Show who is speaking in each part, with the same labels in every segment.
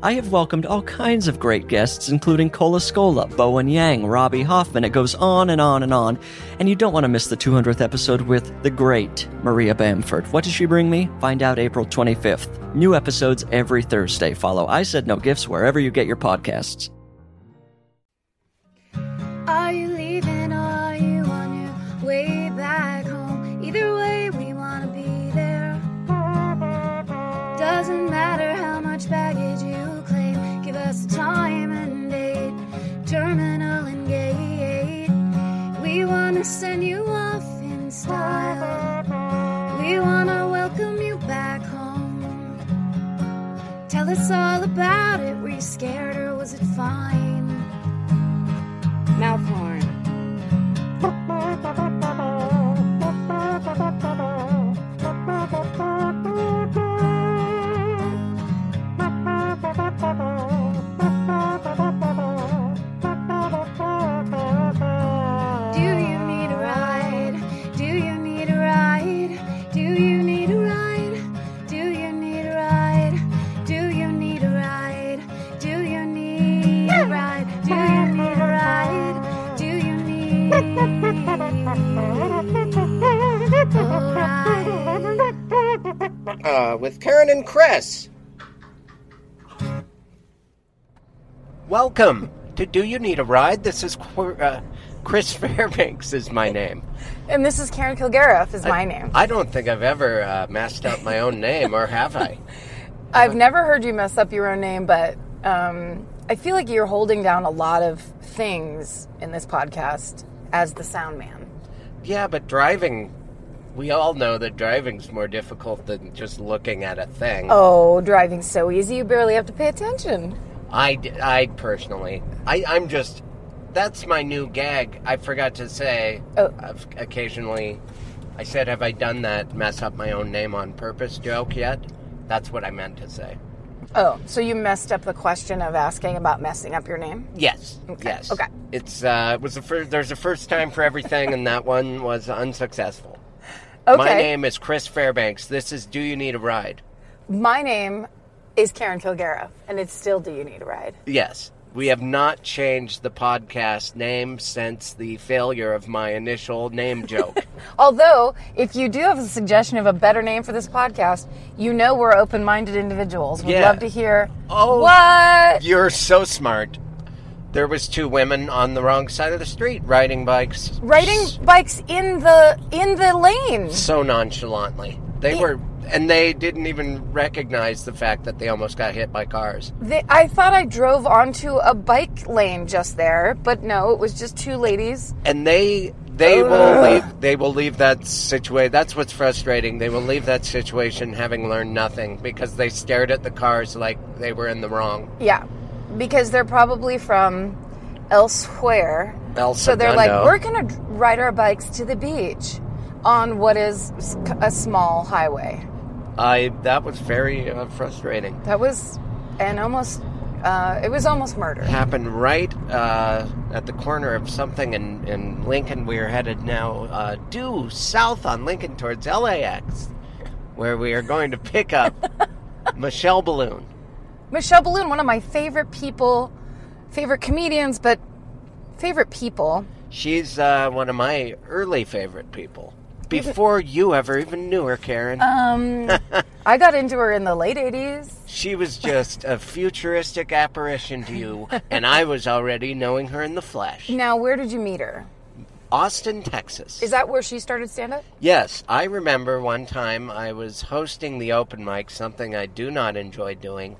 Speaker 1: I have welcomed all kinds of great guests, including Cola Scola, Bowen Yang, Robbie Hoffman. It goes on and on and on. And you don't want to miss the 200th episode with the great Maria Bamford. What does she bring me? Find out April 25th. New episodes every Thursday. Follow I Said No Gifts wherever you get your podcasts.
Speaker 2: Are you leaving? Are you on your way back home? Either way, we want to be there. Doesn't matter how much baggage you claim, give us a time and date, terminal and gate. We want to send you off in style. We want to welcome you back home. Tell us all about it. Were you scared or was it fine? Mouth horn. Do you need a ride? Do you need a ride? Do you need a ride? Do you need a ride? Do you need a ride? Do you need a ride? Do you need a ride? Do you need a ride?
Speaker 3: uh, with Karen and Chris. Welcome to Do You Need a Ride? This is Qu- uh, Chris Fairbanks is my name.
Speaker 4: And this is Karen Kilgariff is my name.
Speaker 3: I don't think I've ever uh, messed up my own name, or have I?
Speaker 4: I've never heard you mess up your own name, but um, I feel like you're holding down a lot of things in this podcast as the sound man.
Speaker 3: Yeah, but driving. We all know that driving's more difficult than just looking at a thing.
Speaker 4: Oh, driving's so easy, you barely have to pay attention.
Speaker 3: I, d- I personally, I, I'm just, that's my new gag. I forgot to say,
Speaker 4: Oh.
Speaker 3: I've occasionally, I said, have I done that mess up my own name on purpose joke yet? That's what I meant to say.
Speaker 4: Oh, so you messed up the question of asking about messing up your name?
Speaker 3: Yes. Yes.
Speaker 4: Okay.
Speaker 3: It's, uh, it was the first, there's a first time for everything, and that one was unsuccessful.
Speaker 4: Okay.
Speaker 3: My name is Chris Fairbanks. This is Do You Need a Ride?
Speaker 4: My name is Karen Kilgariff, and it's still Do You Need a Ride?
Speaker 3: Yes. We have not changed the podcast name since the failure of my initial name joke.
Speaker 4: Although, if you do have a suggestion of a better name for this podcast, you know we're open minded individuals. We'd
Speaker 3: Yeah.
Speaker 4: love to hear
Speaker 3: Oh.
Speaker 4: what
Speaker 3: You're so smart. There was two women on the wrong side of the street riding bikes
Speaker 4: riding bikes in the in the lane.
Speaker 3: so nonchalantly. They were and they didn't even recognize the fact that they almost got hit by cars.
Speaker 4: They, I thought I drove onto a bike lane just there, but no, it was just two ladies.
Speaker 3: And they they will leave they will leave that situation. That's what's frustrating. They will leave that situation having learned nothing because they stared at the cars like they were in the wrong.
Speaker 4: Yeah, because they're probably from elsewhere.
Speaker 3: El
Speaker 4: so they're like,
Speaker 3: Segundo.
Speaker 4: we're gonna d- ride our bikes to the beach on what is s- a small highway.
Speaker 3: I that was very uh, frustrating.
Speaker 4: That was an almost. Uh, it was almost murder.
Speaker 3: happened right uh, at the corner of something in, in Lincoln. We are headed now uh, due south on Lincoln towards LAX, where we are going to pick up Michelle Balloon.
Speaker 4: Michelle Balloon, one of my favorite people, favorite comedians, but favorite people.
Speaker 3: She's uh, one of my early favorite people. Before you ever even knew her, Karen,
Speaker 4: I got into her in the late 80s.
Speaker 3: she was just a futuristic apparition to you, and I was already knowing her in the flesh.
Speaker 4: Now, where did you meet her?
Speaker 3: Austin, Texas.
Speaker 4: Is that where she started stand up?
Speaker 3: Yes, I remember one time I was hosting the open mic, something I do not enjoy doing,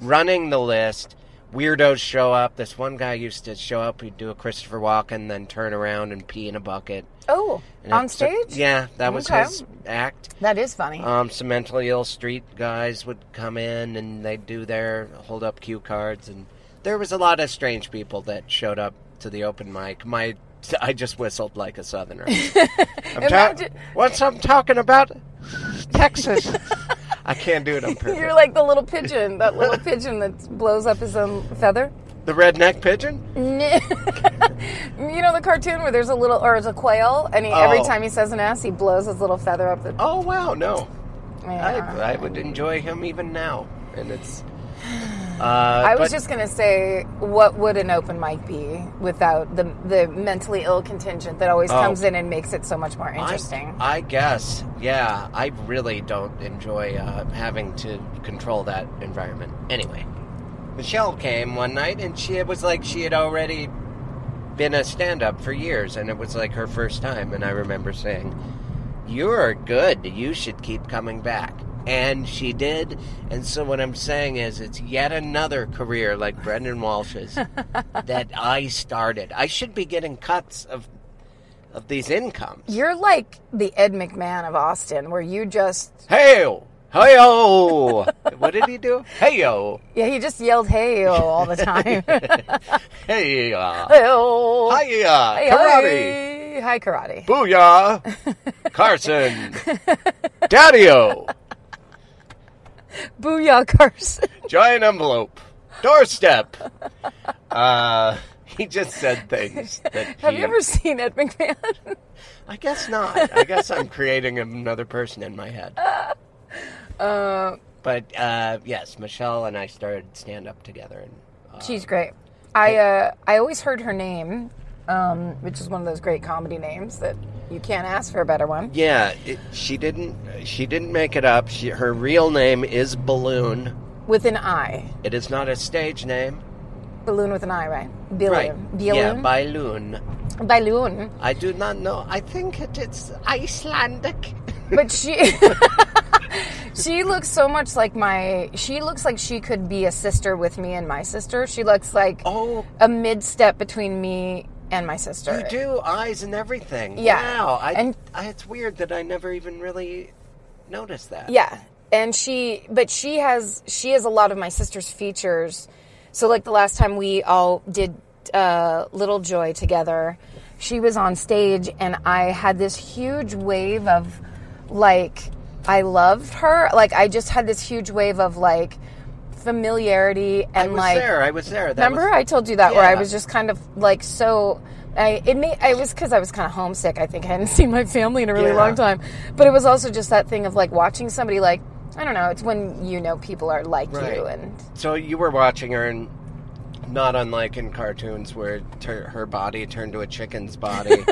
Speaker 3: running the list. Weirdos show up. This one guy used to show up, he'd do a Christopher Walken, then turn around and pee in a bucket.
Speaker 4: Oh,
Speaker 3: And
Speaker 4: on
Speaker 3: it took-
Speaker 4: stage?
Speaker 3: yeah, that was
Speaker 4: Okay.
Speaker 3: his act.
Speaker 4: That is funny.
Speaker 3: Um, some mentally ill street guys would come in and they'd do their hold up cue cards, and there was a lot of strange people that showed up to the open mic. My, I just whistled like a southerner. I'm ta-
Speaker 4: Imagine-
Speaker 3: what's I'm talking about? Texas. I can't do it on purpose.
Speaker 4: You're like the little pigeon, that little pigeon that blows up his own feather.
Speaker 3: the redneck pigeon?
Speaker 4: N- you know the cartoon where there's a little, or it's a quail, and he, every
Speaker 3: Oh.
Speaker 4: time he says an ass, he blows his little feather up the.
Speaker 3: Oh wow, no.
Speaker 4: Yeah.
Speaker 3: Oh, I, I would enjoy him even now, and it's. Uh,
Speaker 4: I was
Speaker 3: but-
Speaker 4: just gonna say, what would an open mic be without the the mentally ill contingent that always
Speaker 3: Oh.
Speaker 4: comes in and makes it so much more
Speaker 3: I-
Speaker 4: interesting?
Speaker 3: I, guess, yeah. I really don't enjoy uh, having to control that environment. Anyway, Michelle came one night and she it was like she had already been a stand up for years and it was like her first time. And I remember saying, You're good. You should keep coming back. And she did. And so what I'm saying is, it's yet another career like Brendan Walsh's that I started. I should be getting cuts of. Of these incomes.
Speaker 4: You're like the Ed McMahon of Austin, where you just
Speaker 3: Hey Heyo! what did he do? Heyo!
Speaker 4: yeah, he just yelled hey all the time.
Speaker 3: Heya!
Speaker 4: Hey-oh.
Speaker 3: Hiya!
Speaker 4: Oh. Hey,
Speaker 3: Karate!
Speaker 4: hey. Hi karate.
Speaker 3: Booyah! Carson! Daddy-o!
Speaker 4: Booyah Carson.
Speaker 3: Giant envelope! Doorstep! Uh, he just said things that
Speaker 4: Have
Speaker 3: he-
Speaker 4: you ever seen Ed McMahon?
Speaker 3: I guess not. I guess I'm creating another person in my head. but, uh, yes, Michelle and I started stand-up together and... Uh,
Speaker 4: She's great. I uh, I always heard her name, um, which is one of those great comedy names that you can't ask for a better one.
Speaker 3: Yeah, it, she didn't. She didn't make it up. She, her real name is Balloon.
Speaker 4: With an I.
Speaker 3: It is not a stage name.
Speaker 4: Balloon with an I, right? Balloon.
Speaker 3: Right. Yeah,
Speaker 4: Balloon.
Speaker 3: Balloon.
Speaker 4: Balloon.
Speaker 3: I do not know. I think it, it's Icelandic.
Speaker 4: But she she looks so much like my she looks like she could be a sister with me and my sister. She looks like
Speaker 3: Oh,
Speaker 4: a mid step between me and my sister.
Speaker 3: you do eyes and everything.
Speaker 4: Yeah,
Speaker 3: Wow. I,
Speaker 4: and-
Speaker 3: I, it's weird that I never even really noticed that.
Speaker 4: Yeah. And she but she has she has a lot of my sister's features. So like the last time we all did uh Little Joy together, she was on stage and I had this huge wave of like I loved her. Like I just had this huge wave of like familiarity and
Speaker 3: I was
Speaker 4: like
Speaker 3: there. I was there. That
Speaker 4: Remember,
Speaker 3: was-
Speaker 4: I told you that where I
Speaker 3: Yeah.
Speaker 4: was just kind of like so. I it may I was because I was kind of homesick. I think I hadn't seen my family in a really
Speaker 3: Yeah.
Speaker 4: long time, but it was also just that thing of like watching somebody like I don't know. It's when you know people are like you
Speaker 3: Right.
Speaker 4: and
Speaker 3: So you were watching her, and not unlike in cartoons where tur her body turned to a chicken's body,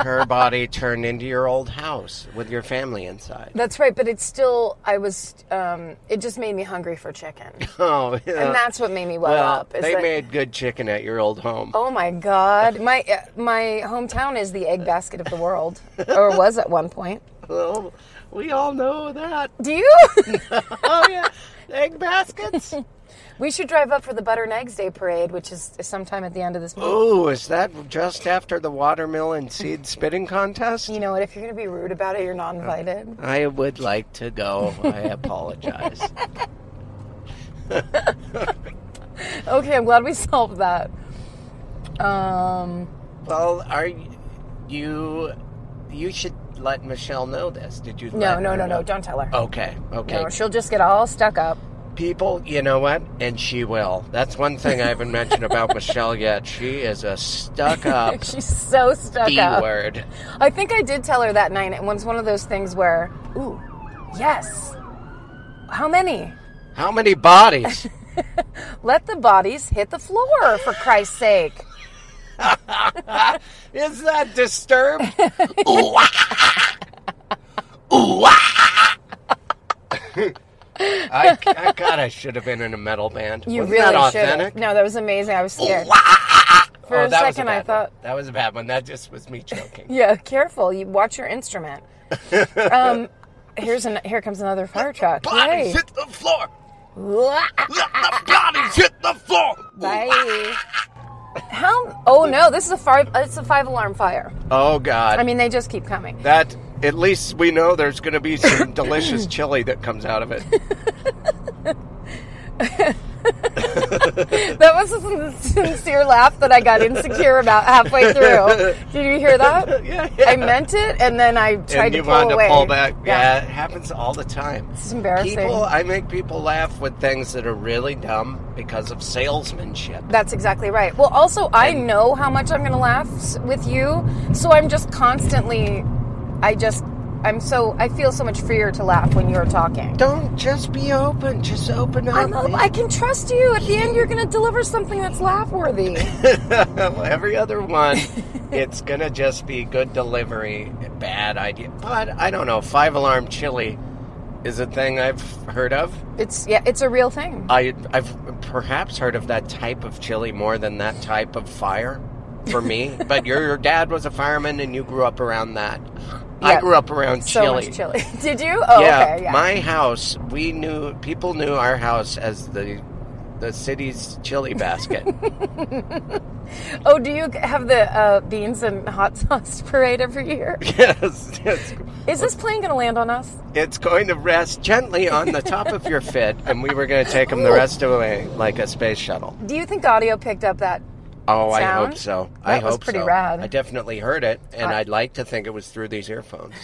Speaker 3: her body turned into your old house with your family inside.
Speaker 4: that's right. But it's still I was. Um, it just made me hungry for chicken,
Speaker 3: Oh, yeah.
Speaker 4: and that's what made me well,
Speaker 3: well,
Speaker 4: up. is
Speaker 3: they
Speaker 4: that-
Speaker 3: made good chicken at your old home.
Speaker 4: Oh my God! My uh, my hometown is the egg basket of the world, or was at one point.
Speaker 3: Well, Oh, we all know that.
Speaker 4: Do you?
Speaker 3: Oh yeah, egg baskets.
Speaker 4: we should drive up for the butter and eggs day parade, which is sometime at the end of this month.
Speaker 3: Oh, is that just after the watermelon seed spitting contest?
Speaker 4: You know what? If you're going to be rude about it, you're not invited.
Speaker 3: I would like to go. I apologize.
Speaker 4: Okay, I'm glad we solved that. Um,
Speaker 3: Well, are y- you? You should let Michelle know this. Did you?
Speaker 4: no,
Speaker 3: let
Speaker 4: no,
Speaker 3: her
Speaker 4: no,
Speaker 3: know?
Speaker 4: no. Don't tell her.
Speaker 3: Okay, Oh, okay.
Speaker 4: No, she'll just get all stuck up.
Speaker 3: People, you know what? And she will. That's one thing I haven't mentioned about Michelle yet. She is a stuck-up
Speaker 4: She's so stuck up.
Speaker 3: d-word.
Speaker 4: I think I did tell her that night. It was one of those things where, ooh, yes. How many?
Speaker 3: How many bodies?
Speaker 4: Let the bodies hit the floor, for Christ's sake.
Speaker 3: is that disturbed? I, I God, I should have been in a metal band.
Speaker 4: You
Speaker 3: Wasn't
Speaker 4: really
Speaker 3: that
Speaker 4: should.
Speaker 3: authentic?
Speaker 4: have. No, that was amazing. I was scared. For
Speaker 3: Oh,
Speaker 4: a
Speaker 3: that was
Speaker 4: second, I
Speaker 3: bad
Speaker 4: thought,
Speaker 3: One. That was a bad one. That just was me choking.
Speaker 4: Yeah, careful. You watch your instrument. um, here's an here comes another fire truck.
Speaker 3: Bodies
Speaker 4: Yay.
Speaker 3: hit the floor. Let the bodies hit the floor.
Speaker 4: Bye. How? Oh no, this is a five. It's a five alarm fire.
Speaker 3: Oh God.
Speaker 4: I mean, they just keep coming.
Speaker 3: that at least we know there's going to be some delicious chili that comes out of it.
Speaker 4: That was a sincere laugh that I got insecure about halfway through. Did you hear that?
Speaker 3: Yeah,
Speaker 4: I meant it, and then I tried
Speaker 3: and
Speaker 4: to
Speaker 3: you
Speaker 4: pull
Speaker 3: wanted
Speaker 4: away.
Speaker 3: to pull back. Yeah. it happens all the time.
Speaker 4: It's embarrassing.
Speaker 3: People, I make people laugh with things that are really dumb because of salesmanship.
Speaker 4: That's exactly right. Well, also, I know how much I'm going to laugh s- with you, so I'm just constantly, I just, I'm so, I feel so much freer to laugh when you're talking.
Speaker 3: Don't just be open. Just open up.
Speaker 4: I'm, I can trust you. At the end, you're going to deliver something that's laugh worthy.
Speaker 3: Every other one, it's gonna just be good delivery, bad idea. But I don't know. Five alarm chili is a thing I've heard of.
Speaker 4: It's yeah, it's a real thing.
Speaker 3: I, I've perhaps heard of that type of chili more than that type of fire for me. but your, your dad was a fireman and you grew up around that. I
Speaker 4: Yeah.
Speaker 3: grew up around
Speaker 4: So
Speaker 3: chili.
Speaker 4: much chili. Did you? Oh,
Speaker 3: yeah,
Speaker 4: okay, yeah.
Speaker 3: my house. We knew people knew our house as the the city's chili basket.
Speaker 4: oh, do you have the uh, beans and hot sauce parade every year?
Speaker 3: yes, it's,
Speaker 4: Is this plane going to land on us?
Speaker 3: it's going to rest gently on the top of your fit, and we were going to take them the rest of the way like a space shuttle.
Speaker 4: Do you think audio picked up that?
Speaker 3: Oh, I
Speaker 4: Sound?
Speaker 3: hope so. I
Speaker 4: That was
Speaker 3: hope
Speaker 4: pretty
Speaker 3: so.
Speaker 4: rad. Uh,
Speaker 3: I definitely heard it, and I'd like to think it was through these earphones.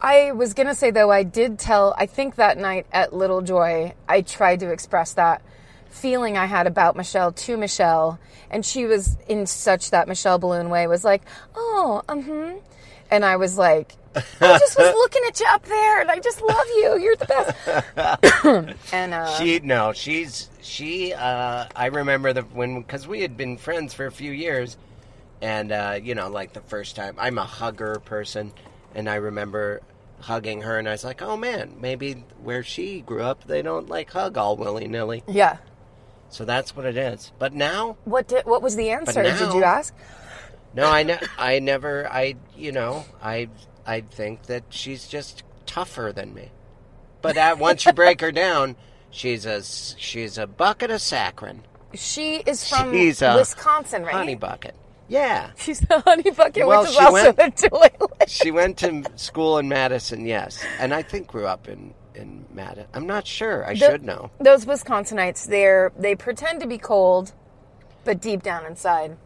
Speaker 4: I was going to say though, I did tell. I think that night at Little Joy, I tried to express that feeling I had about Michelle to Michelle, and she was in such that Michelle Balloon way. Was like, oh, um, hmm and I was like. I just was looking at you up there, and I just love you. You're the best. and uh,
Speaker 3: She no, she's she. Uh, I remember the when because we had been friends for a few years, and uh, you know, like the first time, I'm a hugger person, and I remember hugging her, and I was like, oh man, maybe where she grew up, they don't like hug all willy nilly.
Speaker 4: yeah,
Speaker 3: So that's what it is. But now,
Speaker 4: What did what was the answer? did
Speaker 3: now-
Speaker 4: you ask?
Speaker 3: no, I ne- I never, I you know, I I think that she's just tougher than me. But uh, once you break her down, she's a s- she's a bucket of saccharin.
Speaker 4: She is from
Speaker 3: She's a
Speaker 4: Wisconsin, right?
Speaker 3: honey bucket. Yeah.
Speaker 4: She's a honey bucket,
Speaker 3: Well,
Speaker 4: which is
Speaker 3: she
Speaker 4: also
Speaker 3: went-
Speaker 4: a toilet.
Speaker 3: She went to school in Madison, yes. And I think grew up in, in Madison. I'm not sure. I should know.
Speaker 4: Those Wisconsinites, they're they pretend to be cold, but deep down inside,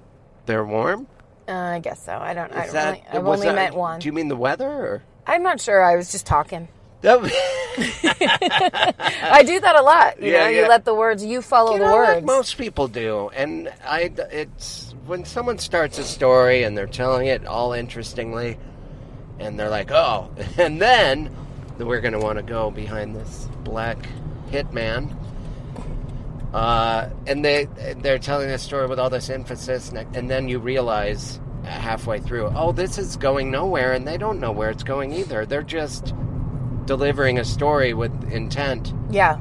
Speaker 3: They're warm?
Speaker 4: uh, I guess so. I don't. I
Speaker 3: Is
Speaker 4: don't
Speaker 3: that-
Speaker 4: really, I've
Speaker 3: was
Speaker 4: only
Speaker 3: that-
Speaker 4: met one.
Speaker 3: Do you mean the weather or?
Speaker 4: I'm not sure. I was just talking.
Speaker 3: That,
Speaker 4: I do that a lot. You
Speaker 3: Uh, Yeah,
Speaker 4: know,
Speaker 3: yeah.
Speaker 4: you let the words. You follow
Speaker 3: you
Speaker 4: the
Speaker 3: know, like
Speaker 4: words.
Speaker 3: most people do. And I, it's when someone starts a story and they're telling it all interestingly, and they're like, oh, and then we're going to want to go behind this black hitman. Uh, and they they're telling this story with all this emphasis, and, and then you realize halfway through, oh, this is going nowhere, and they don't know where it's going either. They're just delivering a story with intent
Speaker 4: yeah.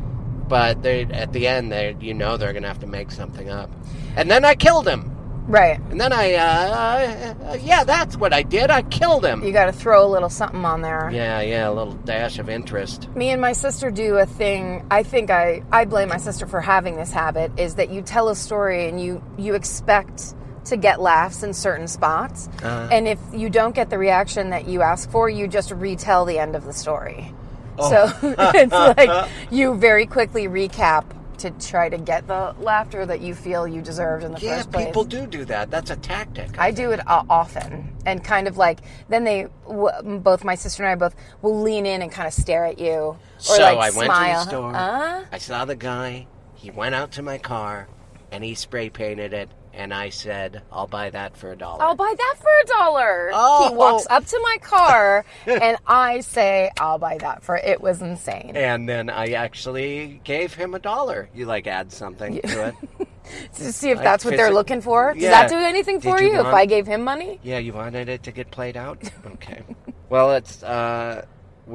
Speaker 3: but they at the end they you know they're gonna have to make something up and then i killed him
Speaker 4: Right.
Speaker 3: and then i uh, uh yeah that's what i did i killed him
Speaker 4: You got to throw a little something on there.
Speaker 3: yeah yeah a little dash of interest
Speaker 4: Me and my sister do a thing. I think I, I blame my sister for having this habit is that you tell a story and you you expect to get laughs in certain spots.
Speaker 3: Uh-huh.
Speaker 4: And if you don't get the reaction that you ask for, you just retell the end of the story. So
Speaker 3: Oh.
Speaker 4: it's like you very quickly recap to try to get the laughter that you feel you deserved in the
Speaker 3: yeah
Speaker 4: first place.
Speaker 3: people do do that that's a tactic
Speaker 4: I do it o- often, and kind of like then they w- both my sister and I both will lean in and kind of stare at you, or
Speaker 3: so
Speaker 4: like
Speaker 3: i went to
Speaker 4: smile.
Speaker 3: the store
Speaker 4: Uh,
Speaker 3: i saw the guy he went out to my car and he spray painted it and i said i'll buy that for a dollar
Speaker 4: I'll buy that for a dollar.
Speaker 3: Oh.
Speaker 4: He walks up to my car, and I say, "I'll buy that for." It was insane.
Speaker 3: and then i actually gave him a dollar you like add something to it
Speaker 4: To see if that's what they're
Speaker 3: physic-
Speaker 4: looking for. Does
Speaker 3: Yeah.
Speaker 4: that do anything
Speaker 3: Did
Speaker 4: for
Speaker 3: you
Speaker 4: you? if
Speaker 3: want-
Speaker 4: I gave him money,
Speaker 3: Yeah, you wanted it to get played out? Okay. well, it's, uh,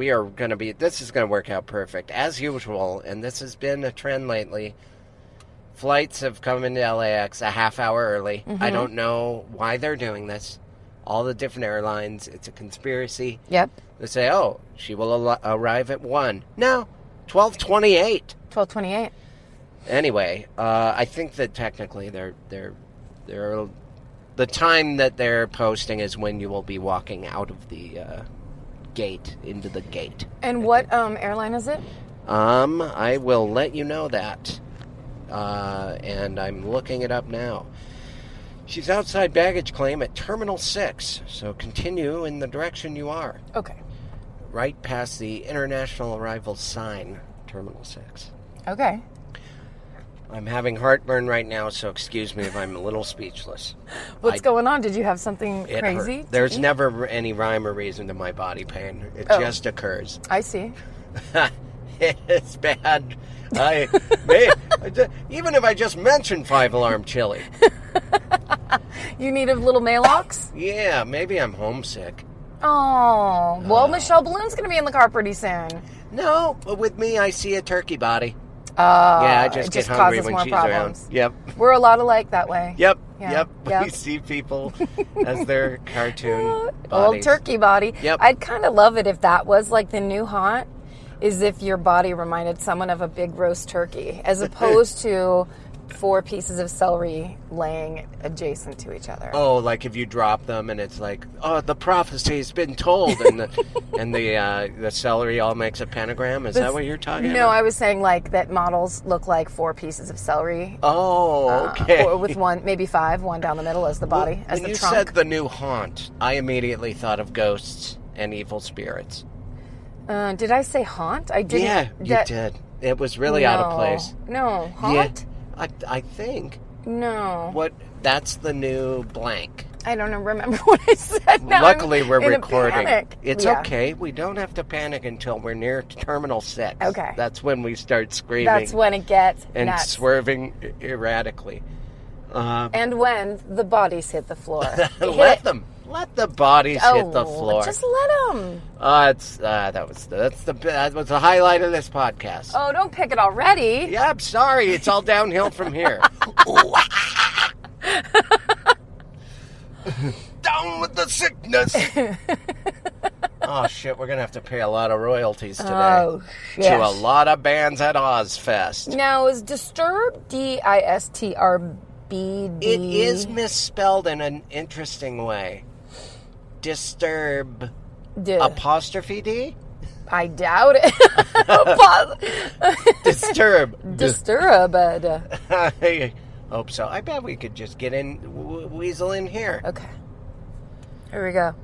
Speaker 3: we are going to be, this is going to work out perfect, as usual, and this has been a trend lately. Flights have come into LAX a half hour early. I don't know why they're doing this. All the different airlines, it's a conspiracy.
Speaker 4: yep,
Speaker 3: They say, oh, she will al- arrive at 1. No, 1228.
Speaker 4: twelve twenty-eight.
Speaker 3: Anyway, uh, I think that technically they're they're they're the time that they're posting is when you will be walking out of the uh, gate into the gate.
Speaker 4: And what um, airline is it?
Speaker 3: Um, I will let you know that. uh, and I'm looking it up now. She's outside baggage claim at Terminal 6, so continue in the direction you are,
Speaker 4: Okay.
Speaker 3: right past the international arrival sign, Terminal 6.
Speaker 4: Okay.
Speaker 3: I'm having heartburn right now, so excuse me if I'm a little speechless.
Speaker 4: What's
Speaker 3: I-
Speaker 4: going on? Did you have something
Speaker 3: It hurt.
Speaker 4: crazy? to
Speaker 3: There's
Speaker 4: eat?
Speaker 3: never any rhyme or reason to my body pain. It
Speaker 4: Oh.
Speaker 3: just occurs.
Speaker 4: I see.
Speaker 3: it's bad. I, may, I ju- even if I just mention five alarm chili,
Speaker 4: You need a little Malox?
Speaker 3: yeah, maybe I'm homesick.
Speaker 4: Oh,
Speaker 3: Uh.
Speaker 4: well, Michelle Balloon's going to be in the car pretty soon.
Speaker 3: No, but with me, I see a turkey body.
Speaker 4: Uh,
Speaker 3: yeah, I just get
Speaker 4: it just
Speaker 3: hungry
Speaker 4: causes
Speaker 3: when
Speaker 4: more
Speaker 3: she's
Speaker 4: problems.
Speaker 3: around. Yep.
Speaker 4: We're a lot alike that way.
Speaker 3: Yep,
Speaker 4: Yeah,
Speaker 3: yep.
Speaker 4: yep.
Speaker 3: We see people as their cartoon
Speaker 4: Old
Speaker 3: bodies.
Speaker 4: turkey body.
Speaker 3: Yep.
Speaker 4: I'd kind of love it if that was like the new haunt, is if your body reminded someone of a big roast turkey, as opposed to four pieces of celery laying adjacent to each other.
Speaker 3: Oh, like if you drop them and it's like, oh, the prophecy's been told, and the and the uh, the celery all makes a pentagram. Is that what you're talking
Speaker 4: No,
Speaker 3: about?
Speaker 4: I was saying like that models look like four pieces of celery. uh,
Speaker 3: Oh, okay.
Speaker 4: Or with one, maybe five, one down the middle as the body, as
Speaker 3: when
Speaker 4: the
Speaker 3: you
Speaker 4: trunk.
Speaker 3: said the new haunt, I immediately thought of ghosts and evil spirits.
Speaker 4: Uh, did I say haunt? I didn't.
Speaker 3: yeah,
Speaker 4: that-
Speaker 3: you did. It was really out
Speaker 4: No.
Speaker 3: of place.
Speaker 4: No haunt.
Speaker 3: Yeah, I, I think
Speaker 4: No,
Speaker 3: what that's the new blank.
Speaker 4: I don't remember what I said. Now
Speaker 3: Luckily,
Speaker 4: I'm
Speaker 3: we're
Speaker 4: in a
Speaker 3: recording.
Speaker 4: panic.
Speaker 3: It's
Speaker 4: Yeah.
Speaker 3: okay. We don't have to panic until we're near Terminal Six.
Speaker 4: Okay.
Speaker 3: that's when we start screaming.
Speaker 4: That's when it gets
Speaker 3: and
Speaker 4: nuts.
Speaker 3: swerving e- erratically. Uh,
Speaker 4: and when the bodies hit the floor, Hit
Speaker 3: let
Speaker 4: it.
Speaker 3: them. Let the bodies
Speaker 4: Oh,
Speaker 3: hit the floor.
Speaker 4: Just let them.
Speaker 3: Uh, it's, uh, that was the, that's the that was the highlight of this podcast.
Speaker 4: Oh, don't pick it already.
Speaker 3: Yeah, I'm sorry. It's all downhill from here. Down with the sickness. oh shit, we're gonna have to pay a lot of royalties today
Speaker 4: Oh, shit.
Speaker 3: to a lot of bands at Ozfest.
Speaker 4: Now is disturb D I S T R B D.
Speaker 3: It is
Speaker 4: Mm-hmm.
Speaker 3: misspelled in an interesting way. Disturb
Speaker 4: D-
Speaker 3: apostrophe D.
Speaker 4: I doubt it. Pos-
Speaker 3: Disturb.
Speaker 4: disturb. Okay.
Speaker 3: I hope so. I bet we could just get in, w- weasel in here.
Speaker 4: Here we go.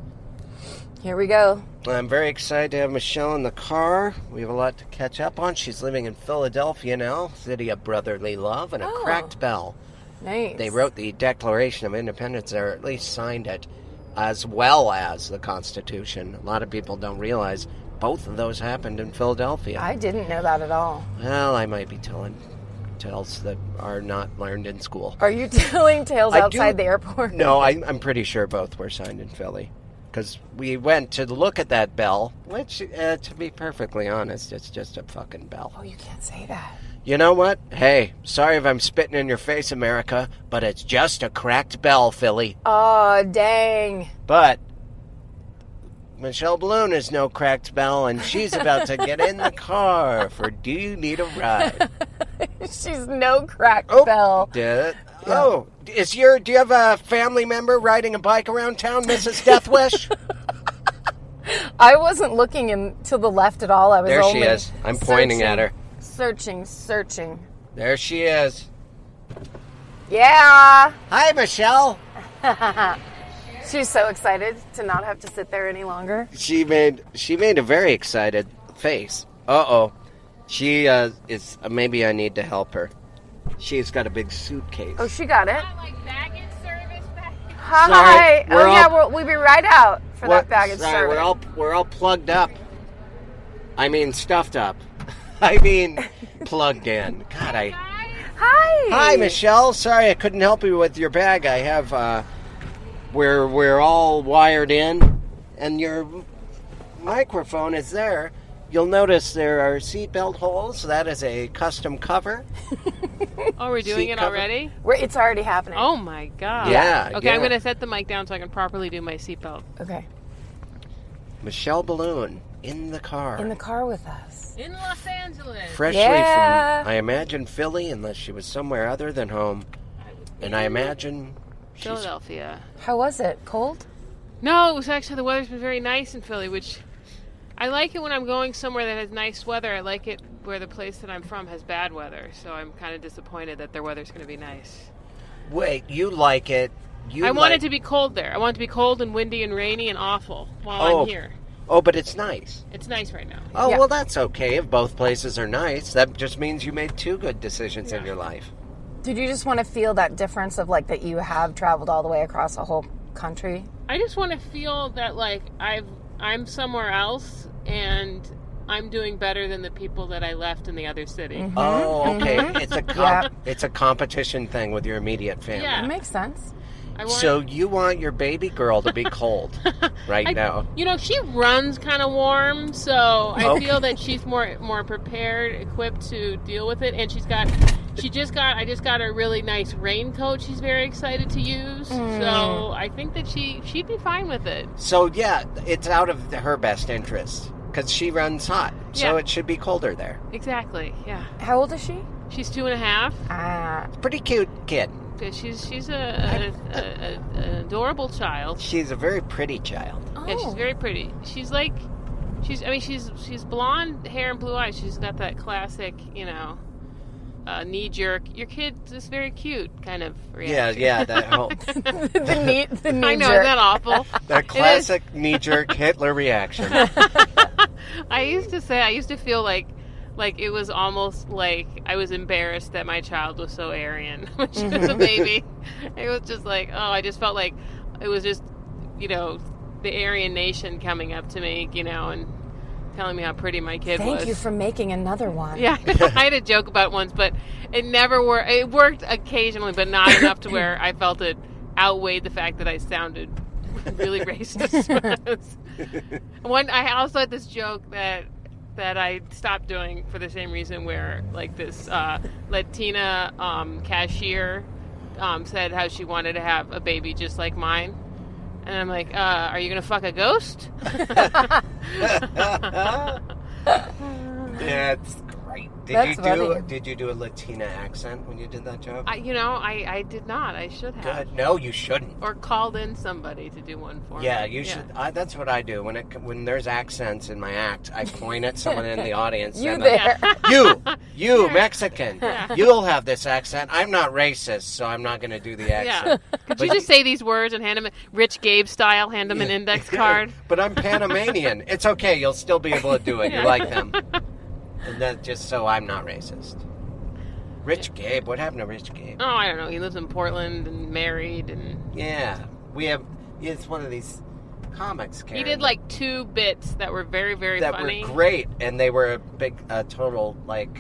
Speaker 4: Here we go.
Speaker 3: I'm very excited to have Michelle in the car. We have a lot to catch up on. She's living in Philadelphia now, city of brotherly love and a
Speaker 4: Oh.
Speaker 3: cracked bell.
Speaker 4: Nice.
Speaker 3: They wrote the Declaration of Independence, or at least signed it, as well as the Constitution. A lot of people don't realize both of those happened in Philadelphia.
Speaker 4: I didn't know that at all.
Speaker 3: well, I might be telling tales that are not learned in school.
Speaker 4: Are you telling tales
Speaker 3: I do-
Speaker 4: outside the airport?
Speaker 3: No, I, I'm pretty sure both were signed in Philly. Because we went to look at that bell, which, uh, to be perfectly honest, it's just a fucking
Speaker 4: Oh,
Speaker 3: bell.
Speaker 4: you can't say that.
Speaker 3: You know what? Hey, sorry if I'm spitting in your face, America, but it's just a cracked bell, Philly.
Speaker 4: Oh, dang.
Speaker 3: But Michelle Balloon is no cracked bell, and she's about to get in the car for Do You Need a Ride?
Speaker 4: She's no crack
Speaker 3: Oh,
Speaker 4: bell.
Speaker 3: did- oh, is your, do you have a family member riding a bike around town, Mrs. Deathwish?
Speaker 4: I wasn't looking in to the left at all. I was
Speaker 3: There she
Speaker 4: only
Speaker 3: is. I'm pointing at her.
Speaker 4: searching, Searching, searching.
Speaker 3: There she is.
Speaker 4: Yeah.
Speaker 3: Hi, Michelle.
Speaker 4: She's so excited to not have to sit there any longer.
Speaker 3: She made she made a very excited face. Uh oh, she uh, is. Uh, maybe I need to help her. She's got a big suitcase.
Speaker 4: Oh, she got it.
Speaker 2: Like baggage service baggage.
Speaker 4: Hi.
Speaker 3: we're
Speaker 4: oh, yeah,
Speaker 3: all-
Speaker 4: we'll, we'll be right out for that
Speaker 3: What-
Speaker 4: baggage
Speaker 3: sorry,
Speaker 4: service.
Speaker 3: We're all we're all plugged up. I mean, stuffed up. I mean, plugged in. God, I.
Speaker 4: Hi.
Speaker 3: Hi, Michelle. Sorry I couldn't help you with your bag. I have. Uh, we're we're all wired in, and your microphone is there. You'll notice there are seatbelt holes. That is a custom cover.
Speaker 5: Oh, we're doing
Speaker 3: Seat
Speaker 5: it
Speaker 3: cover.
Speaker 5: already?
Speaker 4: We're, it's already happening.
Speaker 5: Oh my god.
Speaker 3: Yeah,
Speaker 5: Okay, I'm
Speaker 3: yeah.
Speaker 5: going to set the mic down so I can properly do my seatbelt.
Speaker 4: Okay.
Speaker 3: Michelle Balloon in the car,
Speaker 4: In the car with us.
Speaker 5: In Los Angeles.
Speaker 3: freshly
Speaker 4: Yeah.
Speaker 3: from I imagine Philly, unless she was somewhere other than home. And I imagine she's
Speaker 5: Philadelphia.
Speaker 4: How was it? Cold?
Speaker 5: No, it was actually the weather's been very nice in Philly, which I like it when I'm going somewhere that has nice weather. I like it where the place that I'm from has bad weather, so I'm kind of disappointed that their weather's going to be nice.
Speaker 3: Wait, you like it? You
Speaker 5: I want it
Speaker 3: like-
Speaker 5: to be cold there. I want it to be cold and windy and rainy and awful while
Speaker 3: Oh.
Speaker 5: I'm here.
Speaker 3: Oh, but it's nice.
Speaker 5: It's nice right now.
Speaker 3: Oh
Speaker 4: Yeah.
Speaker 3: well, that's okay if both places are nice. That just means you made two good decisions in your life.
Speaker 4: Did you just want to feel that difference of like that you have traveled all the way across a whole country?
Speaker 5: I just want to feel that like I've I'm somewhere else and I'm doing better than the people that I left in the other city.
Speaker 3: Oh, okay.
Speaker 5: Mm-hmm.
Speaker 3: It's a comp- it's a competition thing with your immediate family.
Speaker 5: Yeah.
Speaker 4: That makes sense.
Speaker 5: I want
Speaker 3: So you want your baby girl to be cold right
Speaker 5: I-
Speaker 3: now? Oh.
Speaker 5: You know, she runs kind of warm, so I
Speaker 3: Okay.
Speaker 5: feel that she's more more prepared, equipped to deal with it. And she's got, she just got, I just got her a really nice raincoat. She's very excited to use, so I think that she she'd be fine with it.
Speaker 3: So yeah, it's out of her best interest because she runs hot, so
Speaker 5: Yeah.
Speaker 3: it should be colder there.
Speaker 5: Exactly. Yeah.
Speaker 4: How old is she?
Speaker 5: She's two and a half. Uh,
Speaker 4: Ah,
Speaker 3: Pretty cute kid.
Speaker 5: Yeah, She's she's a, a, a, a an adorable child.
Speaker 3: She's a very pretty child.
Speaker 4: Oh.
Speaker 5: Yeah, she's very pretty. She's like, she's I mean she's she's blonde hair and blue eyes. She's got that classic, you know, uh, knee jerk. Your kid is very cute kind of
Speaker 3: Yeah,
Speaker 5: reaction.
Speaker 3: yeah. That whole,
Speaker 4: the knee, the knee
Speaker 5: I know,
Speaker 4: jerk.
Speaker 5: isn't that awful?
Speaker 3: that classic knee-jerk Hitler reaction.
Speaker 5: I used to say I used to feel like like it was almost like I was embarrassed that my child was so Aryan when she was a
Speaker 3: Mm-hmm.
Speaker 5: baby. It was just like, oh, I just felt like it was just, you know, the Aryan nation coming up to me, you know, and telling me how pretty my kid was.
Speaker 4: Thank you for making another one.
Speaker 5: Yeah, I had a joke about it once, but it never worked. It worked occasionally, but not enough to where I felt it outweighed the fact that I sounded really racist. One, I also had this joke that that I stopped doing for the same reason, where like this uh, Latina um, cashier um, said how she wanted to have a baby just like mine. And I'm like, uh, are you gonna fuck a ghost?
Speaker 3: That's great. Did
Speaker 4: That's
Speaker 3: you do
Speaker 4: funny.
Speaker 3: did you do a Latina accent when you did that job?
Speaker 5: I, you know, I, I did not. I should have.
Speaker 3: Good. No, you shouldn't.
Speaker 5: or called in somebody to do one for me.
Speaker 3: Yeah, you should. I, that's what I do when it when there's accents in my act. I point at someone in the audience.
Speaker 4: You
Speaker 3: and I'm-
Speaker 4: there.
Speaker 3: You, you Mexican. You'll have this accent. I'm not racist, so I'm not going to do the
Speaker 5: Yeah.
Speaker 3: accent.
Speaker 5: Could you just say these words and hand him a Rich Gabe style, hand him an index card?
Speaker 3: But I'm Panamanian. It's okay. You'll still be able to do it. You like them. And that's just so I'm not racist. Rich Gabe. What happened to Rich Gabe?
Speaker 5: Oh, I don't know. He lives in Portland and married and
Speaker 3: Yeah, we have. It's one of these comics. Karen,
Speaker 5: he did like two bits that were very, very
Speaker 3: that
Speaker 5: funny.
Speaker 3: were great, and they were a big a total like.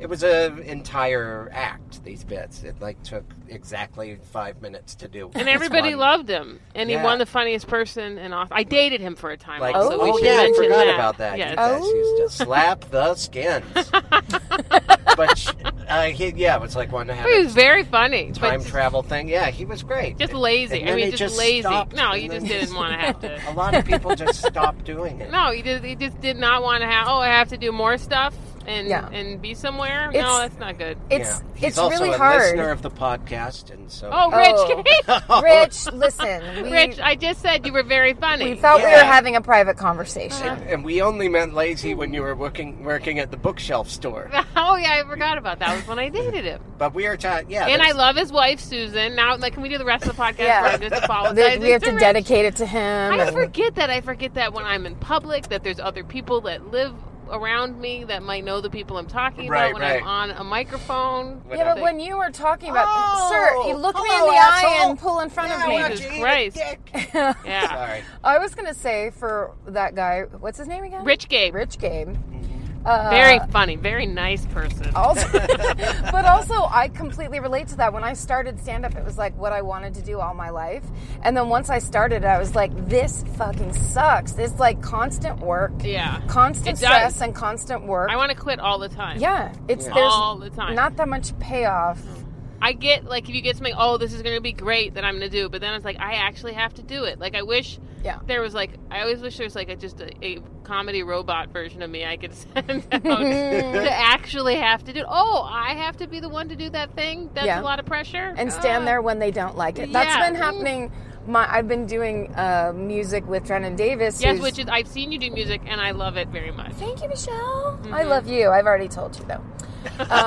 Speaker 3: It was an entire act. These bits. It like took exactly five minutes to do.
Speaker 5: And everybody loved him. And he
Speaker 3: Yeah.
Speaker 5: won the funniest person and off I dated him for a time
Speaker 3: Like,
Speaker 5: also.
Speaker 3: oh
Speaker 5: we should
Speaker 3: yeah, I
Speaker 5: mention
Speaker 3: forgot
Speaker 5: that.
Speaker 3: about that. Oh.
Speaker 5: Yes.
Speaker 3: You guys used
Speaker 5: Oh.
Speaker 3: to slap the skins. but sh- uh, he, yeah, it was like one to have
Speaker 5: He
Speaker 3: a
Speaker 5: was very funny. but
Speaker 3: time
Speaker 5: just-
Speaker 3: travel thing. Yeah, he was great.
Speaker 5: Just lazy.
Speaker 3: And
Speaker 5: I
Speaker 3: then
Speaker 5: mean
Speaker 3: they
Speaker 5: just,
Speaker 3: just
Speaker 5: lazy.
Speaker 3: stopped,
Speaker 5: No,
Speaker 3: and
Speaker 5: you
Speaker 3: then
Speaker 5: just
Speaker 3: they
Speaker 5: didn't want to have to
Speaker 3: A lot of people just stopped doing it.
Speaker 5: No, he just he just did not want to have. Oh, I have to do more stuff and
Speaker 4: Yeah.
Speaker 5: and be somewhere.
Speaker 4: It's-
Speaker 5: no, that's not good.
Speaker 4: It's
Speaker 3: Yeah. He's
Speaker 4: it's
Speaker 3: also
Speaker 4: really
Speaker 3: a
Speaker 4: hard.
Speaker 3: listener of the podcast, and so
Speaker 5: Oh,
Speaker 4: Oh.
Speaker 5: Rich,
Speaker 4: Rich, listen, we,
Speaker 5: Rich, I just said you were very funny.
Speaker 4: we felt we
Speaker 3: Yeah.
Speaker 4: were having a private conversation.
Speaker 5: Uh-huh.
Speaker 3: And we only meant lazy when you were working working at the bookshelf store.
Speaker 5: oh yeah, I forgot about that. Was when I dated him,
Speaker 3: But we are talking. Yeah,
Speaker 5: and I
Speaker 3: that's-
Speaker 5: love his wife Susan. Now, like, can we do the rest of the podcast?
Speaker 4: Yeah.
Speaker 5: where I'm just
Speaker 4: That
Speaker 5: apologizing.
Speaker 4: we have to
Speaker 5: Rich?
Speaker 4: dedicate it to him.
Speaker 5: I
Speaker 4: and-
Speaker 5: forget that. I forget that when I'm in public, that there's other people that live around me that might know the people I'm talking
Speaker 3: Right,
Speaker 5: about when
Speaker 3: right.
Speaker 5: I'm on a microphone.
Speaker 3: When
Speaker 4: yeah,
Speaker 3: I-
Speaker 4: but when you were talking about,
Speaker 5: Oh,
Speaker 4: sir, you look me in
Speaker 3: hello,
Speaker 4: the eye
Speaker 3: asshole.
Speaker 4: and pull in front
Speaker 3: Yeah,
Speaker 5: me.
Speaker 3: why
Speaker 4: of
Speaker 3: don't
Speaker 5: Jesus
Speaker 3: you eat a
Speaker 5: Christ.
Speaker 3: dick?
Speaker 5: Yeah.
Speaker 3: Sorry.
Speaker 4: I was gonna say for that guy, what's his name again?
Speaker 5: Rich Gabe,
Speaker 4: Rich Gabe.
Speaker 5: very funny, very nice person.
Speaker 4: also but also i completely relate to that when i started stand up it was like what i wanted to do all my life and then once i started i was like this fucking sucks this like constant work
Speaker 5: Yeah.
Speaker 4: constant
Speaker 5: It does.
Speaker 4: stress and constant work
Speaker 5: I Oh want to quit all the time.
Speaker 4: yeah it's there's
Speaker 5: all the time.
Speaker 4: not that much payoff
Speaker 5: I get like if you get something, oh, this is going to be great that I'm going to do, but then it's like I actually have to do it. Like I wish
Speaker 4: Yeah.
Speaker 5: there was like I always wish there was like a, just a, a comedy robot version of me I could send out to actually have to do. Oh, I have to be the one to do that thing. That's
Speaker 4: Yeah.
Speaker 5: a lot of pressure. Ah.
Speaker 4: and stand there when they don't like it that's
Speaker 5: Uh, Yeah.
Speaker 4: been happening my I've been doing uh, music with Trenton Davis.
Speaker 5: Yes,
Speaker 4: who's-
Speaker 5: which is I've seen you do music and I love it very much.
Speaker 4: Thank you, Michelle.
Speaker 5: Mm-hmm.
Speaker 4: I love you. I've already told you though.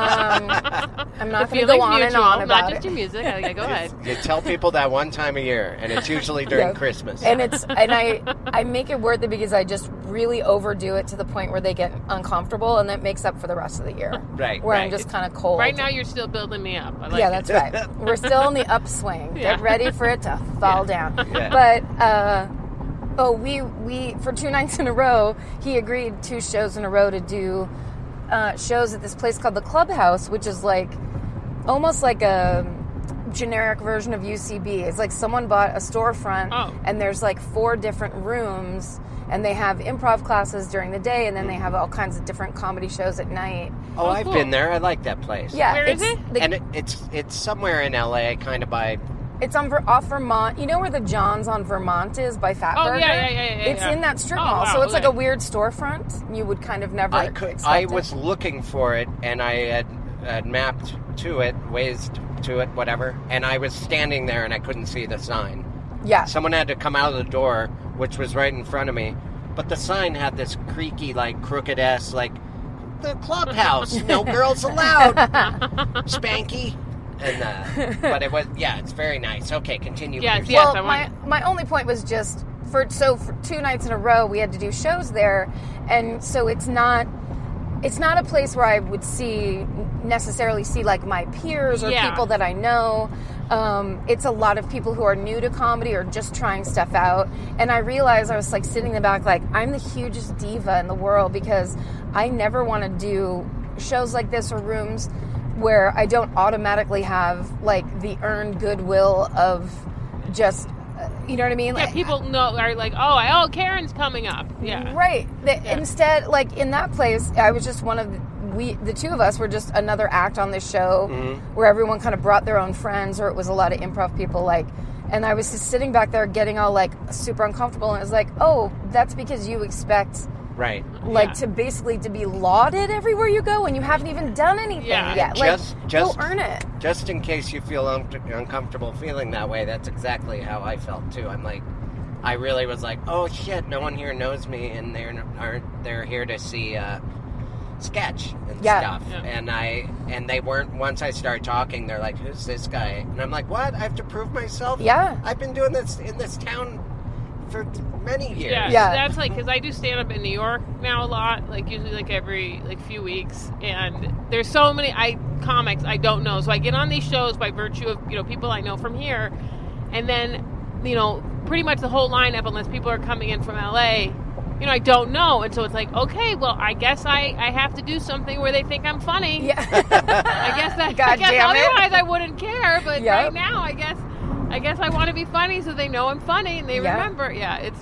Speaker 4: Um, I'm not going to
Speaker 5: Feelings
Speaker 4: go on and
Speaker 5: mutual,
Speaker 4: on
Speaker 5: not
Speaker 4: about
Speaker 5: just
Speaker 4: it.
Speaker 5: your music. I, yeah, go ahead.
Speaker 3: You tell people that one time a year, and it's usually during
Speaker 4: Yeah.
Speaker 3: Christmas.
Speaker 4: And it's and I I make it worth it because I just really overdo it to the point where they get uncomfortable, and that makes up for the rest of the year.
Speaker 3: Right,
Speaker 4: Where I'm
Speaker 3: right.
Speaker 4: just kind of cold.
Speaker 5: Right now, you're still building me up. I like
Speaker 4: yeah,
Speaker 5: it.
Speaker 4: that's right. We're still in the upswing.
Speaker 5: Yeah.
Speaker 4: Get ready for it to fall down.
Speaker 3: Yeah.
Speaker 4: But uh, oh, we we for two nights in a row, he agreed two shows in a row to do uh, shows at this place called the Clubhouse, which is like almost like a generic version of UCB. It's like someone bought a storefront,
Speaker 5: Oh.
Speaker 4: and there's like four different rooms. And they have improv classes during the day, and then
Speaker 5: Mm.
Speaker 4: they have all kinds of different comedy shows at night.
Speaker 3: oh, I've
Speaker 5: cool.
Speaker 3: been there. I like that place.
Speaker 4: Yeah,
Speaker 5: Where is
Speaker 4: it's
Speaker 5: it?
Speaker 4: the-
Speaker 3: and it, it's it's somewhere in LA, kind of by.
Speaker 4: It's on Ver- off Vermont. You know where the John's on Vermont is by Fat
Speaker 5: Oh, yeah,
Speaker 4: Burger?
Speaker 5: yeah, yeah, yeah,
Speaker 4: It's
Speaker 5: yeah.
Speaker 4: in that strip
Speaker 5: Oh,
Speaker 4: mall,
Speaker 5: wow,
Speaker 4: so it's like
Speaker 5: okay.
Speaker 4: a weird storefront. You would kind of never.
Speaker 3: I could.
Speaker 4: expect
Speaker 3: I
Speaker 4: it.
Speaker 3: was looking for it, and I had, had mapped to it, ways to it, whatever. And I was standing there, and I couldn't see the sign.
Speaker 4: Yeah.
Speaker 3: Someone had to come out of the door, which was right in front of me. But the sign had this creaky, like crooked ass, like the clubhouse, no girls allowed, spanky. And uh, but it was yeah, it's very nice. Okay, continue.
Speaker 5: Yes,
Speaker 3: with your
Speaker 5: yes.
Speaker 4: well,
Speaker 5: I
Speaker 4: my
Speaker 5: want
Speaker 4: my only point was just for so for two nights in a row we had to do shows there, and so it's not. It's not a place where I would see necessarily see like my peers or
Speaker 5: Yeah.
Speaker 4: people that I know. Um, it's a lot of people who are new to comedy or just trying stuff out. And I realized I was like sitting in the back, like I'm the hugest diva in the world because I never want to do shows like this or rooms where I don't automatically have like the earned goodwill of just, uh, you know what I mean?
Speaker 5: Yeah,
Speaker 4: Like,
Speaker 5: people know are like, oh, I, oh, Karen's coming up. Yeah,
Speaker 4: Right. The, Instead, like in that place, I was just one of the, we. The two of us were just another act on this show
Speaker 5: Mm-hmm.
Speaker 4: where everyone kind of brought their own friends, or it was a lot of improv people. Like, and I was just sitting back there, getting all like super uncomfortable, and it was like, oh, that's because you expect
Speaker 3: right.
Speaker 4: like
Speaker 5: Yeah.
Speaker 4: to basically to be lauded everywhere you go, and you haven't even done anything
Speaker 5: Yeah.
Speaker 4: yet. Like,
Speaker 3: Just- just-
Speaker 4: go earn it.
Speaker 3: Just in case you feel un- uncomfortable feeling that way, that's exactly how I felt too. I'm like, I really was like, oh shit, no one here knows me, and they're n- aren't they're here to see uh, sketch and
Speaker 4: Yeah.
Speaker 3: stuff.
Speaker 5: Yeah.
Speaker 3: And I and they weren't. Once I started talking, they're like, who's this guy? And I'm like, what? I have to prove myself.
Speaker 4: Yeah.
Speaker 3: I've been doing this in this town for t- many years.
Speaker 5: Yeah,
Speaker 4: Yeah.
Speaker 5: so that's like because I do stand up in New York now a lot, like usually like every like few weeks, and there's so many I comics I don't know, so I get on these shows by virtue of you know people I know from here, and then you know pretty much the whole lineup unless people are coming in from LA, you know I don't know, and so it's like okay, well I guess I I have to do something where they think I'm funny.
Speaker 4: Yeah.
Speaker 5: I guess that. I
Speaker 4: God
Speaker 5: guess
Speaker 4: damn it.
Speaker 5: otherwise I wouldn't care, but
Speaker 4: Yep.
Speaker 5: right now I guess I guess I want to be funny so they know I'm funny and they
Speaker 4: Yeah.
Speaker 5: remember. Yeah, it's.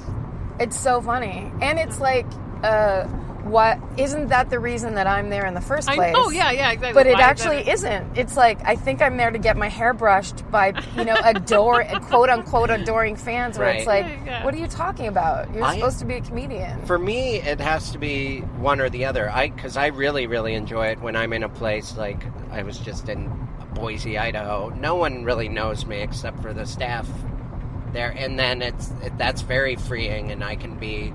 Speaker 4: It's so funny, and it's like, uh, what isn't that the reason that I'm there in the first
Speaker 5: I
Speaker 4: place?
Speaker 5: know. Yeah, yeah, exactly.
Speaker 4: But it
Speaker 5: Why is
Speaker 4: actually
Speaker 5: that-
Speaker 4: isn't. It's like I think I'm there to get my hair brushed by you know adore quote unquote adoring fans. Where it's
Speaker 3: Right.
Speaker 4: like,
Speaker 5: Yeah, yeah.
Speaker 4: what are you talking about? You're
Speaker 3: I-
Speaker 4: supposed to be a comedian.
Speaker 3: For me, it has to be one or the other. I because I really, really enjoy it when I'm in a place like I was just in Boise, Idaho. No one really knows me except for the staff there, and then it's it, that's very freeing, and I can be,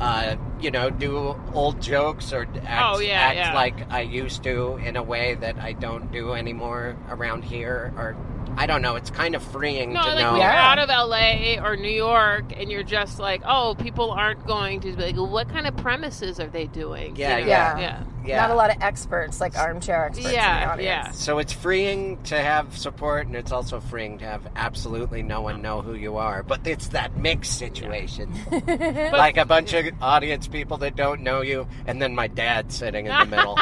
Speaker 3: uh, you know, do old jokes or act,
Speaker 5: Oh, yeah,
Speaker 3: act
Speaker 5: yeah.
Speaker 3: like I used to in a way that I don't do anymore around here, or I don't know. It's kind of freeing
Speaker 5: No,
Speaker 3: to
Speaker 5: like
Speaker 3: know.
Speaker 5: when you're
Speaker 4: Yeah.
Speaker 5: out of LA or New York and you're just like, oh, people aren't going to be like, what kind of premises are they doing?
Speaker 3: Yeah,
Speaker 5: You know?
Speaker 4: yeah.
Speaker 5: yeah.
Speaker 3: yeah.
Speaker 4: Not a lot of experts like armchair experts. in the
Speaker 5: Yeah,
Speaker 4: audience.
Speaker 5: yeah.
Speaker 3: So it's freeing to have support, and it's also freeing to have absolutely no one know who you are. But it's that mix situation, like a bunch of audience people that don't know you, and then my dad sitting in the middle.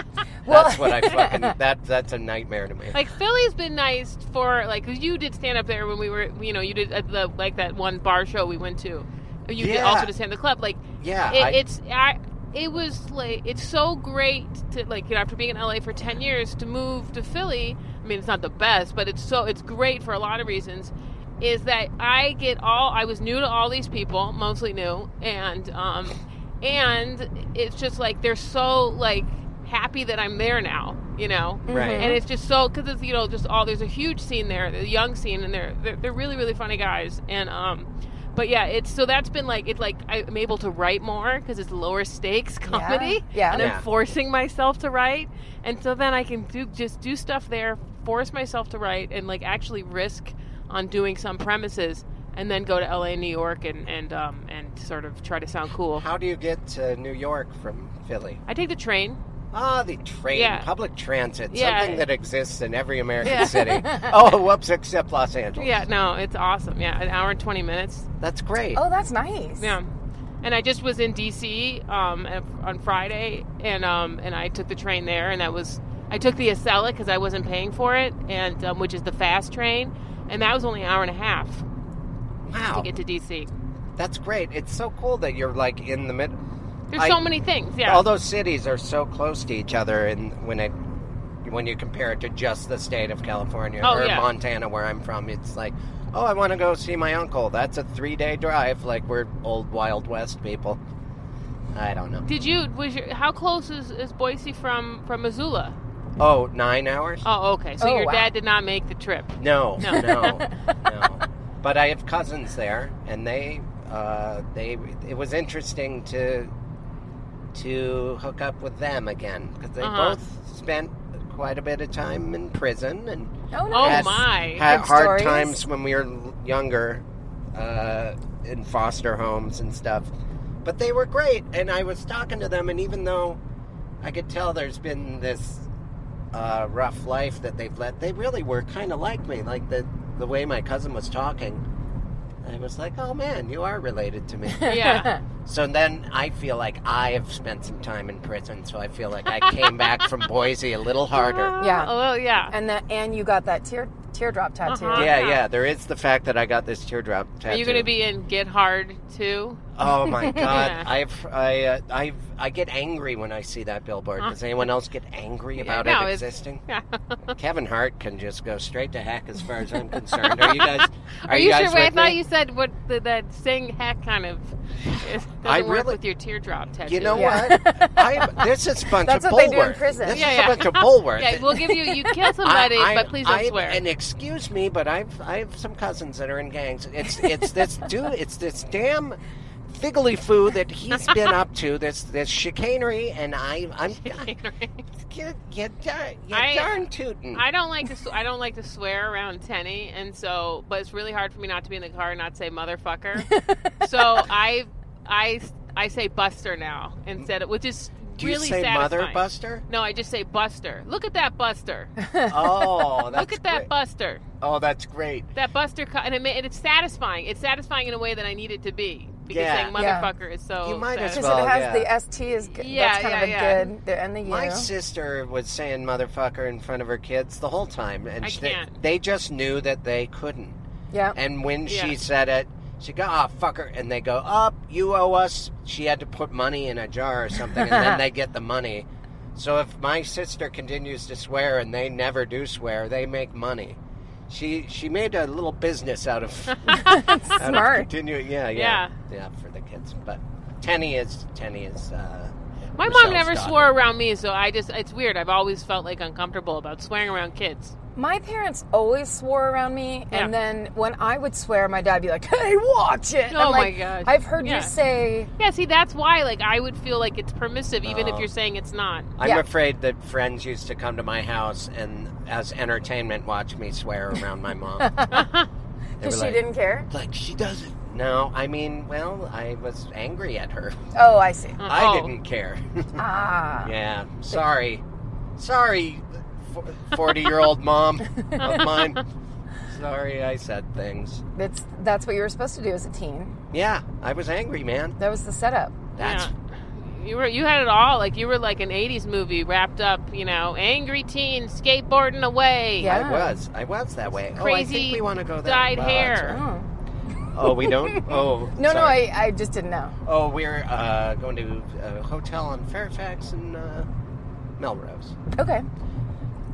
Speaker 3: that's what I fucking that that's a nightmare to me.
Speaker 5: Like Philly's been nice for like 'cause you did stand up there when we were, you know, you did at the like that one bar show we went to. You did
Speaker 3: Yeah.
Speaker 5: also did stand the club. Like
Speaker 3: yeah,
Speaker 5: it,
Speaker 3: I,
Speaker 5: it's I, it was like it's so great to like you know after being in LA for ten years to move to Philly. I mean, it's not the best, but it's so it's great for a lot of reasons. Is that I get all I was new to all these people, mostly new, and um, and it's just like they're so like happy that I'm there now. you know.
Speaker 3: Right.
Speaker 5: mm-hmm. And it's just so because it's you know just all there's a huge scene there, the young scene, and they're they're, they're really really funny guys. And um, but yeah, it's so that's been like it's like I'm able to write more because it's lower stakes comedy.
Speaker 4: Yeah.
Speaker 5: And
Speaker 3: Yeah.
Speaker 5: I'm forcing myself to write, and so then I can do just do stuff there, force myself to write, and like actually risk on doing some premises. And then go to LA, and New York, and and um, and sort of try to sound cool.
Speaker 3: How do you get to New York from Philly?
Speaker 5: I take the train.
Speaker 3: Ah, the train,
Speaker 5: Yeah.
Speaker 3: public transit,
Speaker 5: Yeah.
Speaker 3: something that exists in every American
Speaker 5: Yeah.
Speaker 3: city. Oh, whoops, except Los Angeles.
Speaker 5: Yeah, no, it's awesome. Yeah, an hour and 20 minutes.
Speaker 3: That's great.
Speaker 4: Oh, that's nice.
Speaker 5: Yeah. And I just was in DC um, on Friday, and um, and I took the train there, and that was I took the Acela because I wasn't paying for it, and um, which is the fast train, and that was only an hour and a half to
Speaker 3: wow.
Speaker 5: get to DC.
Speaker 3: That's great. It's so cool that you're like in the middle.
Speaker 5: There's
Speaker 3: I-
Speaker 5: so many things. Yeah,
Speaker 3: All those cities are so close to each other, and when it when you compare it to just the state of California
Speaker 5: Oh,
Speaker 3: or
Speaker 5: yeah.
Speaker 3: Montana, where I'm from, it's like, oh, I want to go see my uncle. That's a three day drive. Like we're old Wild West people. I don't know.
Speaker 5: did you was your, how close is, is Boise from from Missoula?
Speaker 3: Oh, nine hours?
Speaker 5: Oh, okay. So
Speaker 4: Oh,
Speaker 5: your
Speaker 4: wow.
Speaker 5: dad did not make the trip.
Speaker 3: No,
Speaker 5: No.
Speaker 3: no, no. But I have cousins there, and they, uh, they, it was interesting to, to hook up with them again because they
Speaker 5: Uh-huh.
Speaker 3: both spent quite a bit of time in prison and
Speaker 4: Oh,
Speaker 5: Oh
Speaker 4: nice.
Speaker 3: Yes.
Speaker 5: my!
Speaker 3: had
Speaker 4: Good
Speaker 3: hard
Speaker 4: stories.
Speaker 3: times when we were l- younger, uh, in foster homes and stuff. But they were great, and I was talking to them, and even though I could tell there's been this uh, rough life that they've led, they really were kind of like me. Like the the way my cousin was talking, I was like, "Oh man, you are related to me."
Speaker 5: yeah,
Speaker 3: so then I feel like I have spent some time in prison, so I feel like I came back from Boise a little harder.
Speaker 4: Yeah.
Speaker 5: Oh, well, yeah.
Speaker 4: And that, and you got that tear teardrop tattoo.
Speaker 5: Uh-huh.
Speaker 3: Yeah, yeah. There is the fact that I got this teardrop tattoo.
Speaker 5: Are you going to be in Get Hard too?
Speaker 3: Oh my god!
Speaker 5: Yeah.
Speaker 3: I've I uh, I've I get angry when I see that billboard. Does anyone else get angry about
Speaker 5: no,
Speaker 3: it
Speaker 5: it's-
Speaker 3: existing?
Speaker 5: Yeah.
Speaker 3: Kevin Hart can just go straight to heck, as far as I'm concerned. Are you guys? Are,
Speaker 5: Are you,
Speaker 3: guys
Speaker 5: sure? Wait, I
Speaker 3: with
Speaker 5: thought
Speaker 3: me?
Speaker 5: you said what the, that saying heck kind of is, doesn't
Speaker 3: I
Speaker 5: work
Speaker 3: really-
Speaker 5: with your teardrop tattoo.
Speaker 3: You know
Speaker 4: Yeah.
Speaker 3: what? I, this is a bunch
Speaker 4: That's
Speaker 3: of
Speaker 4: what they do in
Speaker 3: bulwark.
Speaker 4: prison.
Speaker 3: This
Speaker 5: Yeah,
Speaker 3: is
Speaker 5: yeah.
Speaker 3: a bunch of bulwark.
Speaker 5: Yeah, we'll give you. You kill somebody, but please don't
Speaker 3: I-
Speaker 5: swear.
Speaker 3: And excuse me, but I've I have some cousins that are in gangs. It's it's this dude. It's this damn figgly foo that he's been up to. This this chicanery, and I I'm you you darn you
Speaker 5: I-
Speaker 3: darn tootin'.
Speaker 5: I don't like to. sw- I don't like to swear around Tenny, and so, but it's really hard for me not to be in the car and not say motherfucker. so I, I, I say Buster now instead, of, which is
Speaker 3: Do you
Speaker 5: really
Speaker 3: say
Speaker 5: satisfying.
Speaker 3: mother buster?
Speaker 5: No, I just say Buster. Look at that Buster.
Speaker 3: Oh, that's
Speaker 5: Look at that
Speaker 3: great.
Speaker 5: Buster.
Speaker 3: Oh, that's great.
Speaker 5: That Buster, co- and, it, ma- and it's satisfying. It's satisfying in a way that I need it to be because
Speaker 3: Yeah.
Speaker 5: saying
Speaker 4: Yeah.
Speaker 5: motherfucker is so.
Speaker 3: You might as
Speaker 5: satisfying.
Speaker 3: Well,
Speaker 4: Because it has
Speaker 3: yeah.
Speaker 4: the ST is good.
Speaker 5: Yeah,
Speaker 4: that's kind
Speaker 5: yeah,
Speaker 4: of a
Speaker 5: yeah.
Speaker 4: good the, and the U.
Speaker 3: My sister was saying motherfucker in front of her kids the whole time, and
Speaker 5: I
Speaker 3: she- they,
Speaker 5: can't.
Speaker 3: they just knew that they couldn't.
Speaker 4: yeah.
Speaker 3: And when
Speaker 5: Yeah.
Speaker 3: she said it, she go, "Ah, fucker," and they go, "Up, you owe us." She had to put money in a jar or something, and then they get the money. So if my sister continues to swear and they never do swear, they make money. She she made a little business out of out of
Speaker 4: Smart.
Speaker 3: continue. Yeah, yeah,
Speaker 5: Yeah.
Speaker 3: yeah, for the kids. But Tenny is Tenny is. Uh,
Speaker 5: My mom
Speaker 3: Michelle's
Speaker 5: never
Speaker 3: daughter.
Speaker 5: swore around me, so I just, it's weird. I've always felt like uncomfortable about swearing around kids.
Speaker 4: My parents always swore around me,
Speaker 5: Yeah.
Speaker 4: and then when I would swear, my dad would be like, "Hey, watch it!"
Speaker 5: Oh
Speaker 4: I'm
Speaker 5: my
Speaker 4: like,
Speaker 5: gosh.
Speaker 4: I've heard
Speaker 5: Yeah.
Speaker 4: you say,
Speaker 5: Yeah, see, that's why, like, I would feel like it's permissive, even if
Speaker 3: Oh.
Speaker 5: you're saying it's not.
Speaker 3: I'm
Speaker 4: Yeah.
Speaker 3: afraid that friends used to come to my house and, as entertainment, watch me swear around my mom. They were
Speaker 4: because she
Speaker 3: like,
Speaker 4: didn't care.
Speaker 3: Like she doesn't. No, I mean, well, I was angry at her.
Speaker 4: Oh, I see.
Speaker 3: I
Speaker 5: Oh.
Speaker 3: didn't care.
Speaker 4: Ah,
Speaker 3: yeah, sorry, sorry, forty-year-old mom of mine. Sorry, I said things.
Speaker 4: that's that's what you were supposed to do as a teen.
Speaker 3: Yeah, I was angry, man.
Speaker 4: That was the setup.
Speaker 3: That's
Speaker 5: Yeah. You were, you had it all. Like, you were like an 80s movie wrapped up, you know, angry teen skateboarding away.
Speaker 4: Yeah.
Speaker 3: I was. I was that way. oh, I
Speaker 5: Ah. Crazy
Speaker 3: think we want to go there.
Speaker 5: dyed
Speaker 3: Wow,
Speaker 5: hair.
Speaker 3: that's
Speaker 4: Oh.
Speaker 3: right. Oh, we don't. Oh,
Speaker 4: No, no,
Speaker 3: sorry.
Speaker 4: I, I just didn't know.
Speaker 3: Oh, we're uh, going to a hotel in Fairfax and uh, Melrose.
Speaker 4: Okay,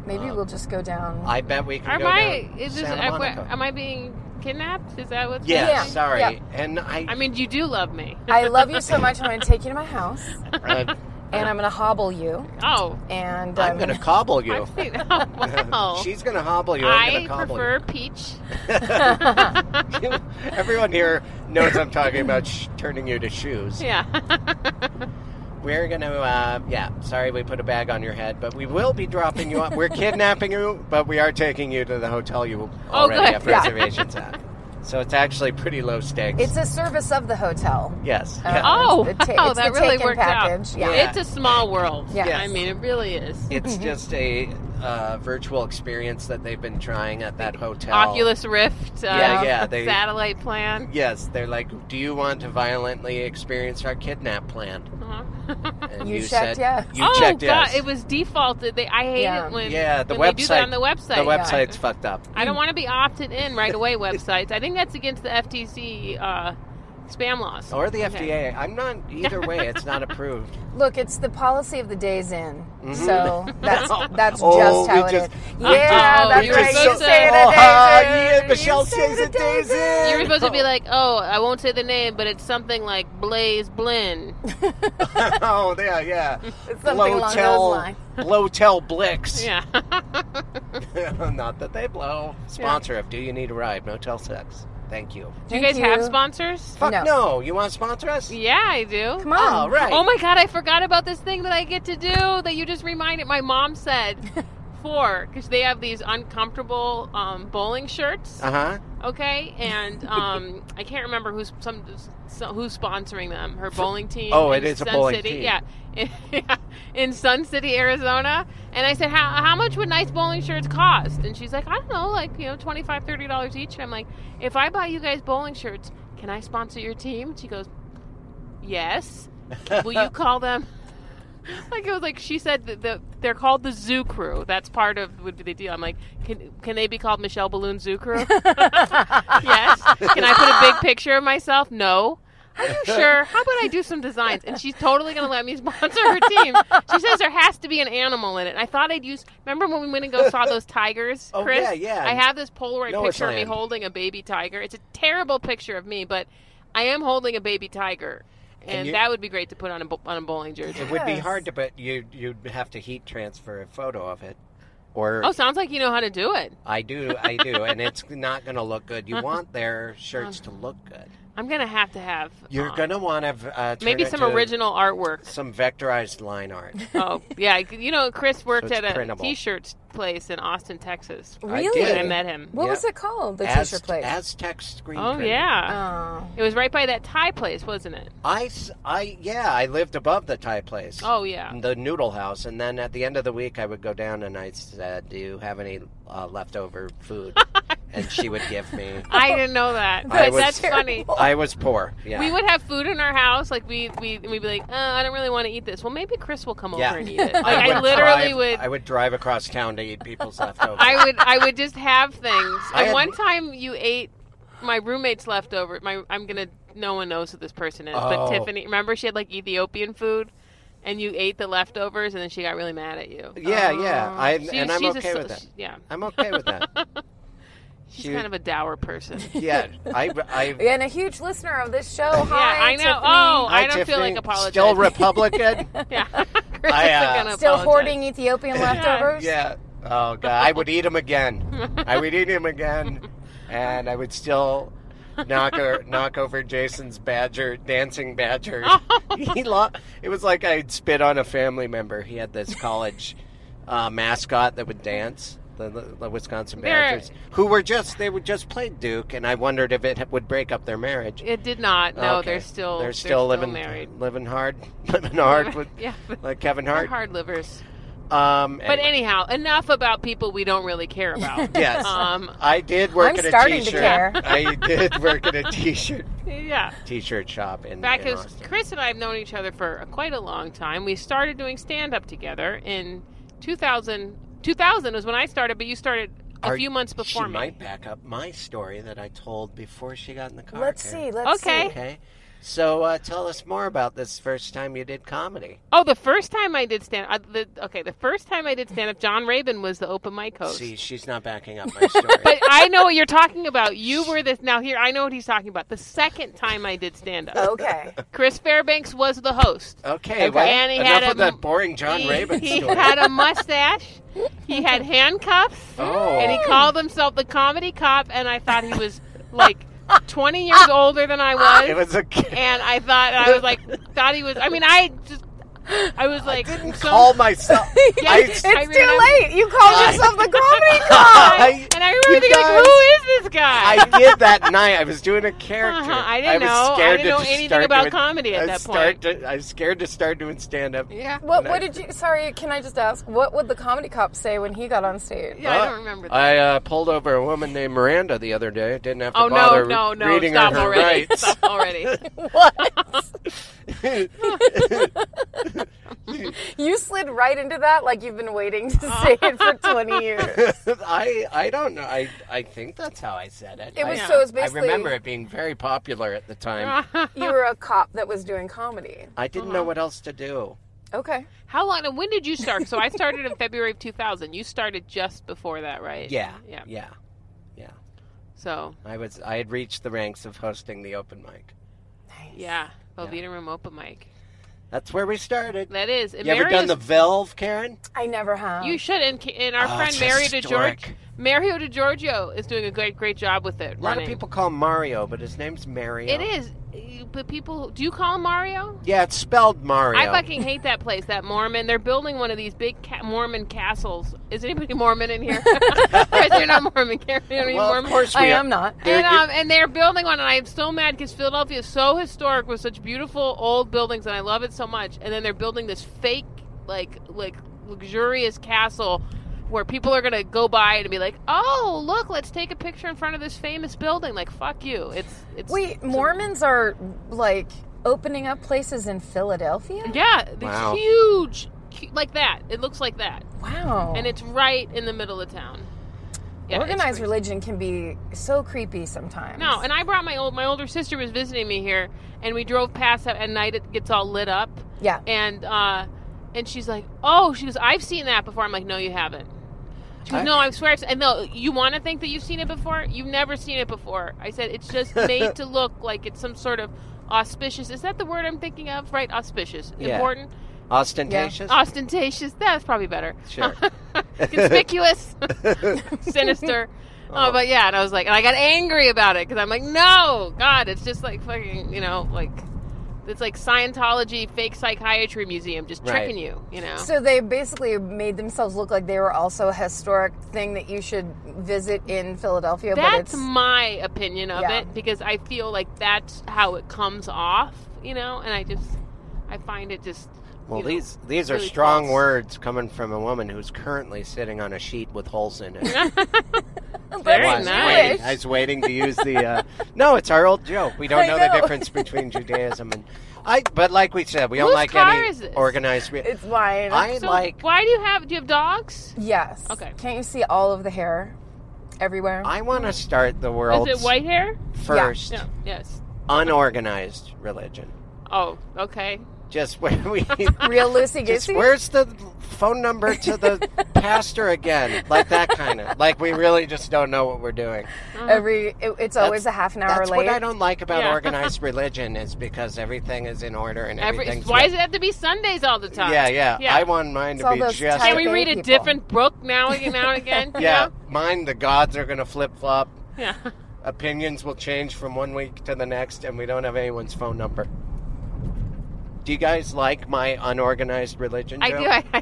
Speaker 4: maybe
Speaker 3: Um,
Speaker 4: we'll just go down.
Speaker 3: I bet we can
Speaker 5: Am
Speaker 3: go
Speaker 5: I,
Speaker 3: down
Speaker 5: is this,
Speaker 3: Santa
Speaker 5: am,
Speaker 3: Monica.
Speaker 5: I- am I being kidnapped? Is that what's
Speaker 3: Yeah,
Speaker 4: Yeah,
Speaker 3: sorry.
Speaker 4: yeah.
Speaker 3: And I,
Speaker 5: I mean, you do love me.
Speaker 3: uh,
Speaker 4: I love you so much. I'm going to take you to my house.
Speaker 3: I,
Speaker 4: and I'm going to hobble you.
Speaker 5: Oh,
Speaker 4: And
Speaker 3: I'm
Speaker 4: um,
Speaker 3: gonna cobble you.
Speaker 5: I've seen. Oh, wow.
Speaker 3: She's gonna hobble you. I'm
Speaker 5: I
Speaker 3: gonna cobble
Speaker 5: prefer peach.
Speaker 3: you. Everyone here knows I'm talking about sh- turning you to shoes.
Speaker 5: Yeah.
Speaker 3: We're gonna, uh, yeah. Sorry, we put a bag on your head, but we will be dropping you. up. We're kidnapping you, but we are taking you to the hotel you already
Speaker 5: Oh, good.
Speaker 3: have
Speaker 4: Yeah.
Speaker 3: reservations at. So it's actually pretty low stakes.
Speaker 4: it's a service of the hotel.
Speaker 3: yes.
Speaker 4: Uh,
Speaker 3: yeah.
Speaker 5: Oh,
Speaker 4: it's the ta-
Speaker 5: wow,
Speaker 4: it's
Speaker 5: that
Speaker 4: the
Speaker 5: really
Speaker 4: take-in
Speaker 5: worked
Speaker 4: package.
Speaker 5: out.
Speaker 4: Yeah.
Speaker 3: Yeah.
Speaker 5: It's a small world.
Speaker 4: Yes.
Speaker 5: I mean, it really is.
Speaker 3: It's just a uh, virtual experience that they've been trying at that hotel.
Speaker 5: Oculus Rift. Uh,
Speaker 3: Yeah, yeah, they-
Speaker 5: satellite plan.
Speaker 3: Yes, they're like, "Do you want to violently experience our kidnap plan?"
Speaker 5: Uh-huh.
Speaker 3: And
Speaker 4: You checked yes.
Speaker 3: You
Speaker 5: oh
Speaker 3: checked
Speaker 5: God!
Speaker 3: yes.
Speaker 5: It was defaulted. They, I hate
Speaker 4: Yeah.
Speaker 5: it when
Speaker 3: yeah, the
Speaker 5: when
Speaker 3: website.
Speaker 5: they do that on the website.
Speaker 3: The
Speaker 5: Yeah.
Speaker 3: website's mm. fucked up.
Speaker 5: I don't want to be opted in right away. Websites. I think that's against the FTC uh, spam laws.
Speaker 3: Or the
Speaker 5: Okay.
Speaker 3: FDA. I'm not either way. It's not approved.
Speaker 4: Look, it's the policy of the days in. So that's that's
Speaker 3: Mm-hmm. Oh,
Speaker 4: just how
Speaker 3: we
Speaker 4: it is.
Speaker 3: just-
Speaker 4: Yeah,
Speaker 5: Oh,
Speaker 4: that's
Speaker 5: you were
Speaker 4: right.
Speaker 5: so
Speaker 4: you say
Speaker 5: sad.
Speaker 4: the
Speaker 3: Oh, hi,
Speaker 4: days in.
Speaker 3: yeah, Michelle
Speaker 4: You say
Speaker 3: says
Speaker 4: the
Speaker 3: it days in.
Speaker 5: You were supposed to be like, oh, I won't say the name, but it's something like Blaze Blinn.
Speaker 3: oh, yeah, yeah.
Speaker 4: something along those lines.
Speaker 3: Blowtel Blix.
Speaker 5: Yeah.
Speaker 3: not that they blow. Sponsor of Do You Need a Ride? Motel Sex. Thank you.
Speaker 5: do you
Speaker 4: Thank
Speaker 5: guys have
Speaker 4: you.
Speaker 5: sponsors?
Speaker 3: Fuck
Speaker 4: No.
Speaker 3: no. You want to sponsor us?
Speaker 5: Yeah, I do.
Speaker 4: Come on.
Speaker 3: All Ah, right.
Speaker 5: Oh my god, I forgot about this thing that I get to do that you just reminded. My mom said four because they have these uncomfortable um, bowling
Speaker 4: Uh-huh.
Speaker 5: shirts.
Speaker 3: Uh huh.
Speaker 5: Okay, and um, I can't remember who's some so- who's sponsoring them. Her bowling team.
Speaker 3: Oh,
Speaker 5: in
Speaker 3: it is a
Speaker 5: Sun
Speaker 3: bowling
Speaker 5: City.
Speaker 3: team.
Speaker 5: Yeah. yeah, in Sun City, Arizona. And I said, how, how much would nice bowling shirts cost? And she's like, I don't know, like you know, twenty five, thirty dollars each. And I'm like, if I buy you guys bowling shirts, can I sponsor your team? And she goes, Yes. Will you call them? Like it was like she said that the, they're called the Zoo Crew. That's part of would be the deal. I'm like, can can they be called Michelle Balloon Zoo Crew? yes. Can I put a big picture of myself? No. Are you sure? How about I do some designs? And she's totally going to let me sponsor her team. She says there has to be an animal in it. I thought I'd use. Remember when we went and go saw those tigers,
Speaker 3: Oh,
Speaker 5: Chris?
Speaker 3: yeah, yeah.
Speaker 5: I have this Polaroid
Speaker 3: No, it's
Speaker 5: picture of me
Speaker 3: land.
Speaker 5: holding a baby tiger. It's a terrible picture of me, but I am holding a baby tiger, and,
Speaker 3: And you-
Speaker 5: that would be great to put on a bo- on a bowling jersey.
Speaker 3: It would be
Speaker 4: Yes.
Speaker 3: hard to, but you you'd have to heat transfer a photo of it, or
Speaker 5: Oh, sounds like you know how to do it.
Speaker 3: I do, I do, and it's not going to look good. You want their shirts to look good.
Speaker 5: I'm gonna have to have
Speaker 3: Um, You're
Speaker 5: uh,
Speaker 3: going to want to uh, turn
Speaker 5: maybe
Speaker 3: it
Speaker 5: some
Speaker 3: to
Speaker 5: original artwork.
Speaker 3: some vectorized line art.
Speaker 5: oh, yeah, you know Chris worked
Speaker 3: So it's
Speaker 5: at a
Speaker 3: printable.
Speaker 5: shirt place in Austin, Texas.
Speaker 4: Really?
Speaker 3: did.
Speaker 5: I met him.
Speaker 4: What
Speaker 3: Yeah.
Speaker 4: was it called? The
Speaker 3: As,
Speaker 4: t-shirt place.
Speaker 3: Aztec screen.
Speaker 5: Oh
Speaker 3: printing.
Speaker 5: yeah,
Speaker 4: oh.
Speaker 5: it was right by that Thai place, wasn't it?
Speaker 3: I, s- I- yeah, I lived above the Thai place.
Speaker 5: Oh yeah.
Speaker 3: The noodle house, and then at the end of the week, I would go down and I said, "Do you have any uh, leftover food?" and she would give me.
Speaker 5: I didn't know that.
Speaker 3: I
Speaker 5: But
Speaker 3: was-
Speaker 5: that's funny.
Speaker 3: I was poor. Yeah.
Speaker 5: We would have food in our house, like we we we'd be like, uh, I don't really want to eat this. Well, maybe Chris will come
Speaker 3: Yeah.
Speaker 5: over and eat it. Like I, literally
Speaker 3: drive,
Speaker 5: would.
Speaker 3: I would drive across town to eat people's leftovers.
Speaker 5: I would I would just have things.
Speaker 3: I
Speaker 5: And
Speaker 3: had-
Speaker 5: one time you ate my roommate's leftover. My I'm gonna no one knows who this person is, but
Speaker 3: Oh.
Speaker 5: Tiffany. Remember she had like Ethiopian food, and you ate the leftovers, and then she got really mad at you.
Speaker 3: yeah, yeah. I
Speaker 5: She-
Speaker 3: and I'm
Speaker 5: she's a
Speaker 3: okay
Speaker 5: so-
Speaker 3: with that.
Speaker 5: she- yeah,
Speaker 3: I'm okay with that.
Speaker 5: she's kind of a dour person.
Speaker 3: yeah. I I
Speaker 4: And a huge listener of this show. Hi,
Speaker 5: yeah, I know.
Speaker 4: Tiffany.
Speaker 5: Oh, I
Speaker 3: Hi,
Speaker 5: don't feel
Speaker 3: Tiffany.
Speaker 5: like apologizing.
Speaker 3: Still Republican?
Speaker 5: yeah, Chris
Speaker 3: I, uh,
Speaker 5: isn't gonna
Speaker 4: Still
Speaker 5: apologize.
Speaker 4: hoarding Ethiopian leftovers?
Speaker 3: yeah. Oh god, I would eat him again. I would eat him again, and I would still knock or, knock over Jason's badger, dancing badger.
Speaker 5: Oh.
Speaker 3: he lo- it was like I'd spit on a family member. He had this college uh, mascot that would dance. The, the, the Wisconsin
Speaker 5: They're-
Speaker 3: Badgers, who were just they would just play Duke, and I wondered if it would break up their marriage.
Speaker 5: It did not. No,
Speaker 3: Okay.
Speaker 5: they're still
Speaker 3: they're still living
Speaker 5: married.
Speaker 3: living hard, living hard with
Speaker 5: yeah,
Speaker 3: like Kevin
Speaker 5: they're
Speaker 3: Hart.
Speaker 5: hard livers.
Speaker 3: Um,
Speaker 5: But
Speaker 3: anyway.
Speaker 5: anyhow, enough about people we don't really care about.
Speaker 3: Yes.
Speaker 5: Um,
Speaker 3: I did work
Speaker 4: I'm
Speaker 3: at a
Speaker 4: starting to
Speaker 3: t-shirt.
Speaker 4: care.
Speaker 3: I did work at a t-shirt
Speaker 5: yeah.
Speaker 3: t-shirt shop in,
Speaker 5: Back
Speaker 3: in
Speaker 5: is
Speaker 3: Austin.
Speaker 5: Chris and I have known each other for quite a long time. We started doing stand up together in 2000. 2000 was when I started, but you started a
Speaker 3: Are-
Speaker 5: few months
Speaker 3: she
Speaker 5: before me.
Speaker 3: might back up my story that I told before she got in the car.
Speaker 4: Let's
Speaker 3: Karen.
Speaker 4: see. Let's
Speaker 5: Okay.
Speaker 4: see.
Speaker 3: Okay. So uh, tell us more about this first time you did comedy.
Speaker 5: Oh, the first time I did stand up, the, okay, the first time I did stand up, John Rabin was the open mic host.
Speaker 3: See, she's not backing up my story.
Speaker 5: But I know what you're talking about. You were this. Now, here, I know what he's talking about. The second time I did stand
Speaker 3: Uh,
Speaker 5: up,
Speaker 4: Okay.
Speaker 5: Chris Fairbanks was the host.
Speaker 3: okay, well,
Speaker 5: And he
Speaker 3: enough
Speaker 5: had a
Speaker 3: of that
Speaker 5: m-
Speaker 3: boring John
Speaker 5: he,
Speaker 3: Raven
Speaker 5: he
Speaker 3: story.
Speaker 5: had a mustache. He had handcuffs.
Speaker 3: Oh.
Speaker 5: And he called himself the comedy cop, and I thought he was like 20 years older than I was.
Speaker 3: it was a.
Speaker 5: and I thought, and I was like, thought he was. I mean, I just, I was like,
Speaker 3: I didn't
Speaker 5: so-
Speaker 3: call myself.
Speaker 5: Yes,
Speaker 3: I,
Speaker 5: I
Speaker 4: It's too
Speaker 5: remember-
Speaker 4: late. You called yourself the comedy cop.
Speaker 3: I-
Speaker 5: and I remember
Speaker 3: you
Speaker 5: thinking,
Speaker 3: guys-
Speaker 5: like, who is this guy?
Speaker 3: I did that night. I was doing a character.
Speaker 5: Uh-huh, I didn't
Speaker 3: was
Speaker 5: know. I
Speaker 3: Scared
Speaker 5: didn't
Speaker 3: to
Speaker 5: know anything
Speaker 3: start
Speaker 5: about
Speaker 3: doing-
Speaker 5: comedy at
Speaker 3: I
Speaker 5: that
Speaker 3: start to- I was scared to start doing stand up.
Speaker 5: yeah.
Speaker 4: What, what did you? Sorry, can I just ask? What would the comedy cop say when he got on stage?
Speaker 5: Yeah, I don't remember that.
Speaker 3: I uh, pulled over a woman named Miranda the other day. I didn't have to
Speaker 5: Oh no,
Speaker 3: bother
Speaker 5: no, no!
Speaker 3: reading
Speaker 5: Stop
Speaker 3: her her
Speaker 5: already!
Speaker 3: rights.
Speaker 5: Stop already!
Speaker 4: You slid right into that like you've been waiting to say it for 20 years.
Speaker 3: I I don't know. I I think that's how I said it.
Speaker 4: It was
Speaker 3: I,
Speaker 4: so it's
Speaker 3: I
Speaker 4: basically
Speaker 3: remember it being very popular at the time.
Speaker 5: Ah,
Speaker 4: you were a cop that was doing comedy.
Speaker 3: I didn't
Speaker 5: uh-huh.
Speaker 3: know what else to do.
Speaker 4: Okay.
Speaker 5: How long? And when did you start? So I started in February of 2000. You started just before that, right?
Speaker 3: Yeah,
Speaker 5: yeah.
Speaker 3: yeah, yeah.
Speaker 5: So
Speaker 3: I was I had reached the ranks of hosting the open mic.
Speaker 5: yeah, Velveeta Room open mic.
Speaker 3: That's where we started.
Speaker 5: That is. And
Speaker 3: You ever
Speaker 5: Mary
Speaker 3: done
Speaker 5: is-
Speaker 3: the Valve, Karen?
Speaker 4: I never have.
Speaker 5: You should. And, ca- and our
Speaker 3: Oh,
Speaker 5: friend
Speaker 3: it's
Speaker 5: Mario
Speaker 3: historic.
Speaker 5: DeGiorgio, Mario DeGiorgio is doing a great, great job with it.
Speaker 3: A lot
Speaker 5: running.
Speaker 3: of people call him Mario, but his name's Mario.
Speaker 5: It is. You- But people, do you call him Mario?
Speaker 3: Yeah, it's spelled Mario.
Speaker 5: I fucking hate that place, that Mormon. They're building one of these big ca- Mormon castles. Is anybody Mormon in here? Guys, You're not Mormon, Karen. You're not
Speaker 3: well,
Speaker 5: Mormon.
Speaker 3: of course we
Speaker 4: I
Speaker 3: are.
Speaker 4: am not.
Speaker 3: There
Speaker 5: And,
Speaker 3: you-
Speaker 5: um, and they're building one, and I'm so mad because Philadelphia is so historic with such beautiful old buildings, and I love it so much. And then they're building this fake, like, like luxurious castle where people are gonna go by and be like, "Oh, look, let's take a picture in front of this famous building." Like, fuck you. It's it's
Speaker 4: Wait, Mormons are like opening up places in Philadelphia?
Speaker 5: yeah, it's
Speaker 3: Wow.
Speaker 5: huge, cu- like that. It looks like that,
Speaker 4: Wow.
Speaker 5: and it's right in the middle of town. Yeah, it's
Speaker 4: Oh. Organized
Speaker 5: crazy.
Speaker 4: religion can be so creepy sometimes.
Speaker 5: No, and I brought my old my older sister was visiting me here, and we drove past that at night. It gets all lit up,
Speaker 4: yeah.
Speaker 5: and uh, and she's like, "Oh," she goes, "I've seen that before." I'm like, "No, you haven't." She goes,
Speaker 3: I-
Speaker 5: "No, I swear." I've, se- and no, you want to think that you've seen it before? You've never seen it before. I said it's just made to look like it's some sort of auspicious. Is that the word I'm thinking of? Right, auspicious,
Speaker 3: Yeah.
Speaker 5: important,
Speaker 3: Ostentatious?
Speaker 5: ostentatious. That's probably better.
Speaker 3: Sure.
Speaker 5: Conspicuous, sinister. Oh. but yeah, and I was like, and I got angry about it because I'm like, no, God, it's just like fucking, you know, like it's like Scientology fake psychiatry museum just
Speaker 3: Right.
Speaker 5: tricking you, you know.
Speaker 4: So they basically made themselves look like they were also a historic thing that you should visit in Philadelphia, but
Speaker 5: that's
Speaker 4: it's
Speaker 5: my opinion of
Speaker 4: Yeah.
Speaker 5: it because I feel like that's how it comes off, you know, and I just I find it just
Speaker 3: Well,
Speaker 5: you know,
Speaker 3: these these are
Speaker 5: really
Speaker 3: strong
Speaker 5: false.
Speaker 3: words coming from a woman who's currently sitting on a sheet with holes in it.
Speaker 5: very
Speaker 3: I, was
Speaker 5: nice.
Speaker 3: waiting, I was waiting to use the. Uh, no, it's our old joke. We don't
Speaker 4: I
Speaker 3: know,
Speaker 4: know.
Speaker 3: the difference between Judaism and. I. But like we said, we don't
Speaker 5: Whose
Speaker 3: like
Speaker 5: car
Speaker 3: any
Speaker 5: is this?
Speaker 3: organized. Re-
Speaker 4: it's mine.
Speaker 3: I
Speaker 5: So
Speaker 3: like.
Speaker 5: why do you have do you have dogs?
Speaker 4: yes.
Speaker 5: Okay.
Speaker 4: Can't you see all of the hair everywhere?
Speaker 3: I want to start the
Speaker 5: Is
Speaker 3: world's
Speaker 5: it white hair?
Speaker 3: first
Speaker 5: No. Yes.
Speaker 3: unorganized religion.
Speaker 5: Oh, okay.
Speaker 3: Just where we.
Speaker 4: Real loosey
Speaker 3: Just,
Speaker 4: goosey.
Speaker 3: where's the phone number to the pastor again? Like that kind of. Like we really just don't know what we're doing.
Speaker 5: Uh-huh.
Speaker 4: Every it, it's always a half an hour
Speaker 3: That's
Speaker 4: late.
Speaker 3: what I don't like about
Speaker 5: Yeah.
Speaker 3: organized religion is because everything is in order and
Speaker 5: Every,
Speaker 3: everything's
Speaker 5: why does it have to be Sundays all the time?
Speaker 3: Yeah, yeah,
Speaker 5: Yeah.
Speaker 3: I want mine
Speaker 4: It's
Speaker 3: to
Speaker 4: all
Speaker 3: be
Speaker 4: those
Speaker 3: just.
Speaker 4: type
Speaker 5: Can we
Speaker 4: Gay
Speaker 5: read a
Speaker 4: people.
Speaker 5: different book now and now and again? you
Speaker 3: yeah,
Speaker 5: know?
Speaker 3: mine. The gods are going to flip flop.
Speaker 5: Yeah.
Speaker 3: Opinions will change from one week to the next, and we don't have anyone's phone number. Do you guys like my unorganized religion?
Speaker 5: I
Speaker 3: joke?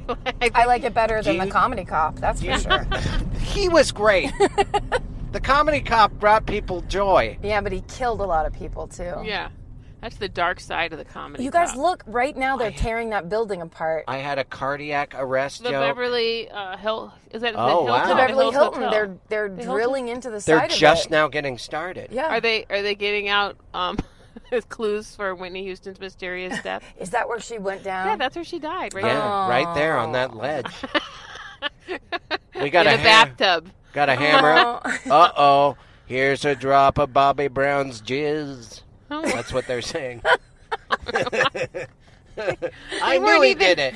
Speaker 5: do. I, I,
Speaker 4: I like it better
Speaker 3: Do
Speaker 4: than the
Speaker 3: you-
Speaker 4: comedy cop. That's for sure.
Speaker 3: He was great. the comedy cop brought people joy.
Speaker 4: Yeah, but he killed a lot of people too.
Speaker 5: Yeah. That's the dark side of the comedy.
Speaker 4: You guys
Speaker 5: crowd.
Speaker 4: look right now. They're tearing that building apart.
Speaker 3: I had a cardiac arrest
Speaker 5: the
Speaker 3: joke.
Speaker 5: Beverly uh, Hill. Is that
Speaker 3: Oh,
Speaker 5: the Hilton?
Speaker 3: wow.
Speaker 4: the
Speaker 3: Oh,
Speaker 4: Beverly
Speaker 5: Hills
Speaker 4: Hilton.
Speaker 5: Hotel.
Speaker 4: They're they're drilling into the
Speaker 3: They're
Speaker 4: side
Speaker 3: just
Speaker 4: of it.
Speaker 3: now getting started.
Speaker 4: Yeah.
Speaker 5: Are they are they getting out um, clues for Whitney Houston's mysterious death?
Speaker 4: Is that where she went down?
Speaker 5: yeah, that's where she died. Right.
Speaker 3: Yeah,
Speaker 4: Oh.
Speaker 5: there.
Speaker 3: right there on that ledge. we got
Speaker 5: In
Speaker 3: a
Speaker 5: the
Speaker 3: ha-
Speaker 5: bathtub.
Speaker 3: Got a hammer. Uh oh. Here's a drop of Bobby Brown's jizz.
Speaker 5: Oh
Speaker 3: That's what they're saying. I knew
Speaker 5: weren't
Speaker 3: he
Speaker 5: even-
Speaker 3: did it.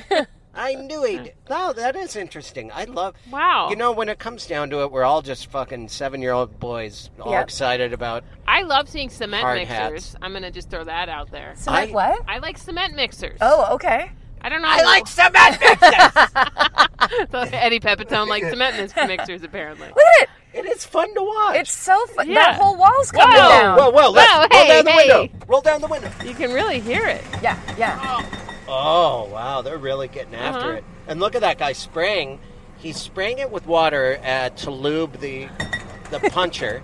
Speaker 3: I knew he did. No, that is interesting. I love.
Speaker 5: Wow.
Speaker 3: You know, when it comes down to it, we're all just fucking seven-year-old boys, all
Speaker 4: Yep.
Speaker 3: excited about.
Speaker 5: I love seeing cement
Speaker 3: Hard
Speaker 5: mixers.
Speaker 3: hats.
Speaker 5: I'm gonna just throw that out there.
Speaker 4: So
Speaker 3: I-
Speaker 4: like what?
Speaker 5: I like cement mixers.
Speaker 4: Oh, okay.
Speaker 5: I don't know.
Speaker 3: I like cement mixers.
Speaker 5: Eddie Pepitone like cement mix- mixers apparently.
Speaker 4: Look at it.
Speaker 3: it is fun to watch.
Speaker 4: It's so fun.
Speaker 5: Yeah.
Speaker 4: That whole wall's coming
Speaker 5: Whoa.
Speaker 4: down.
Speaker 3: whoa, whoa! Let's
Speaker 5: Wow,
Speaker 3: roll
Speaker 5: Oh, hey,
Speaker 3: down the
Speaker 5: hey.
Speaker 3: window. Roll down the window.
Speaker 5: You can really hear it.
Speaker 4: Yeah, yeah.
Speaker 3: Oh wow, they're really getting after
Speaker 5: Uh-huh.
Speaker 3: it. And look at that guy spraying. He's spraying it with water uh, to lube the the puncher.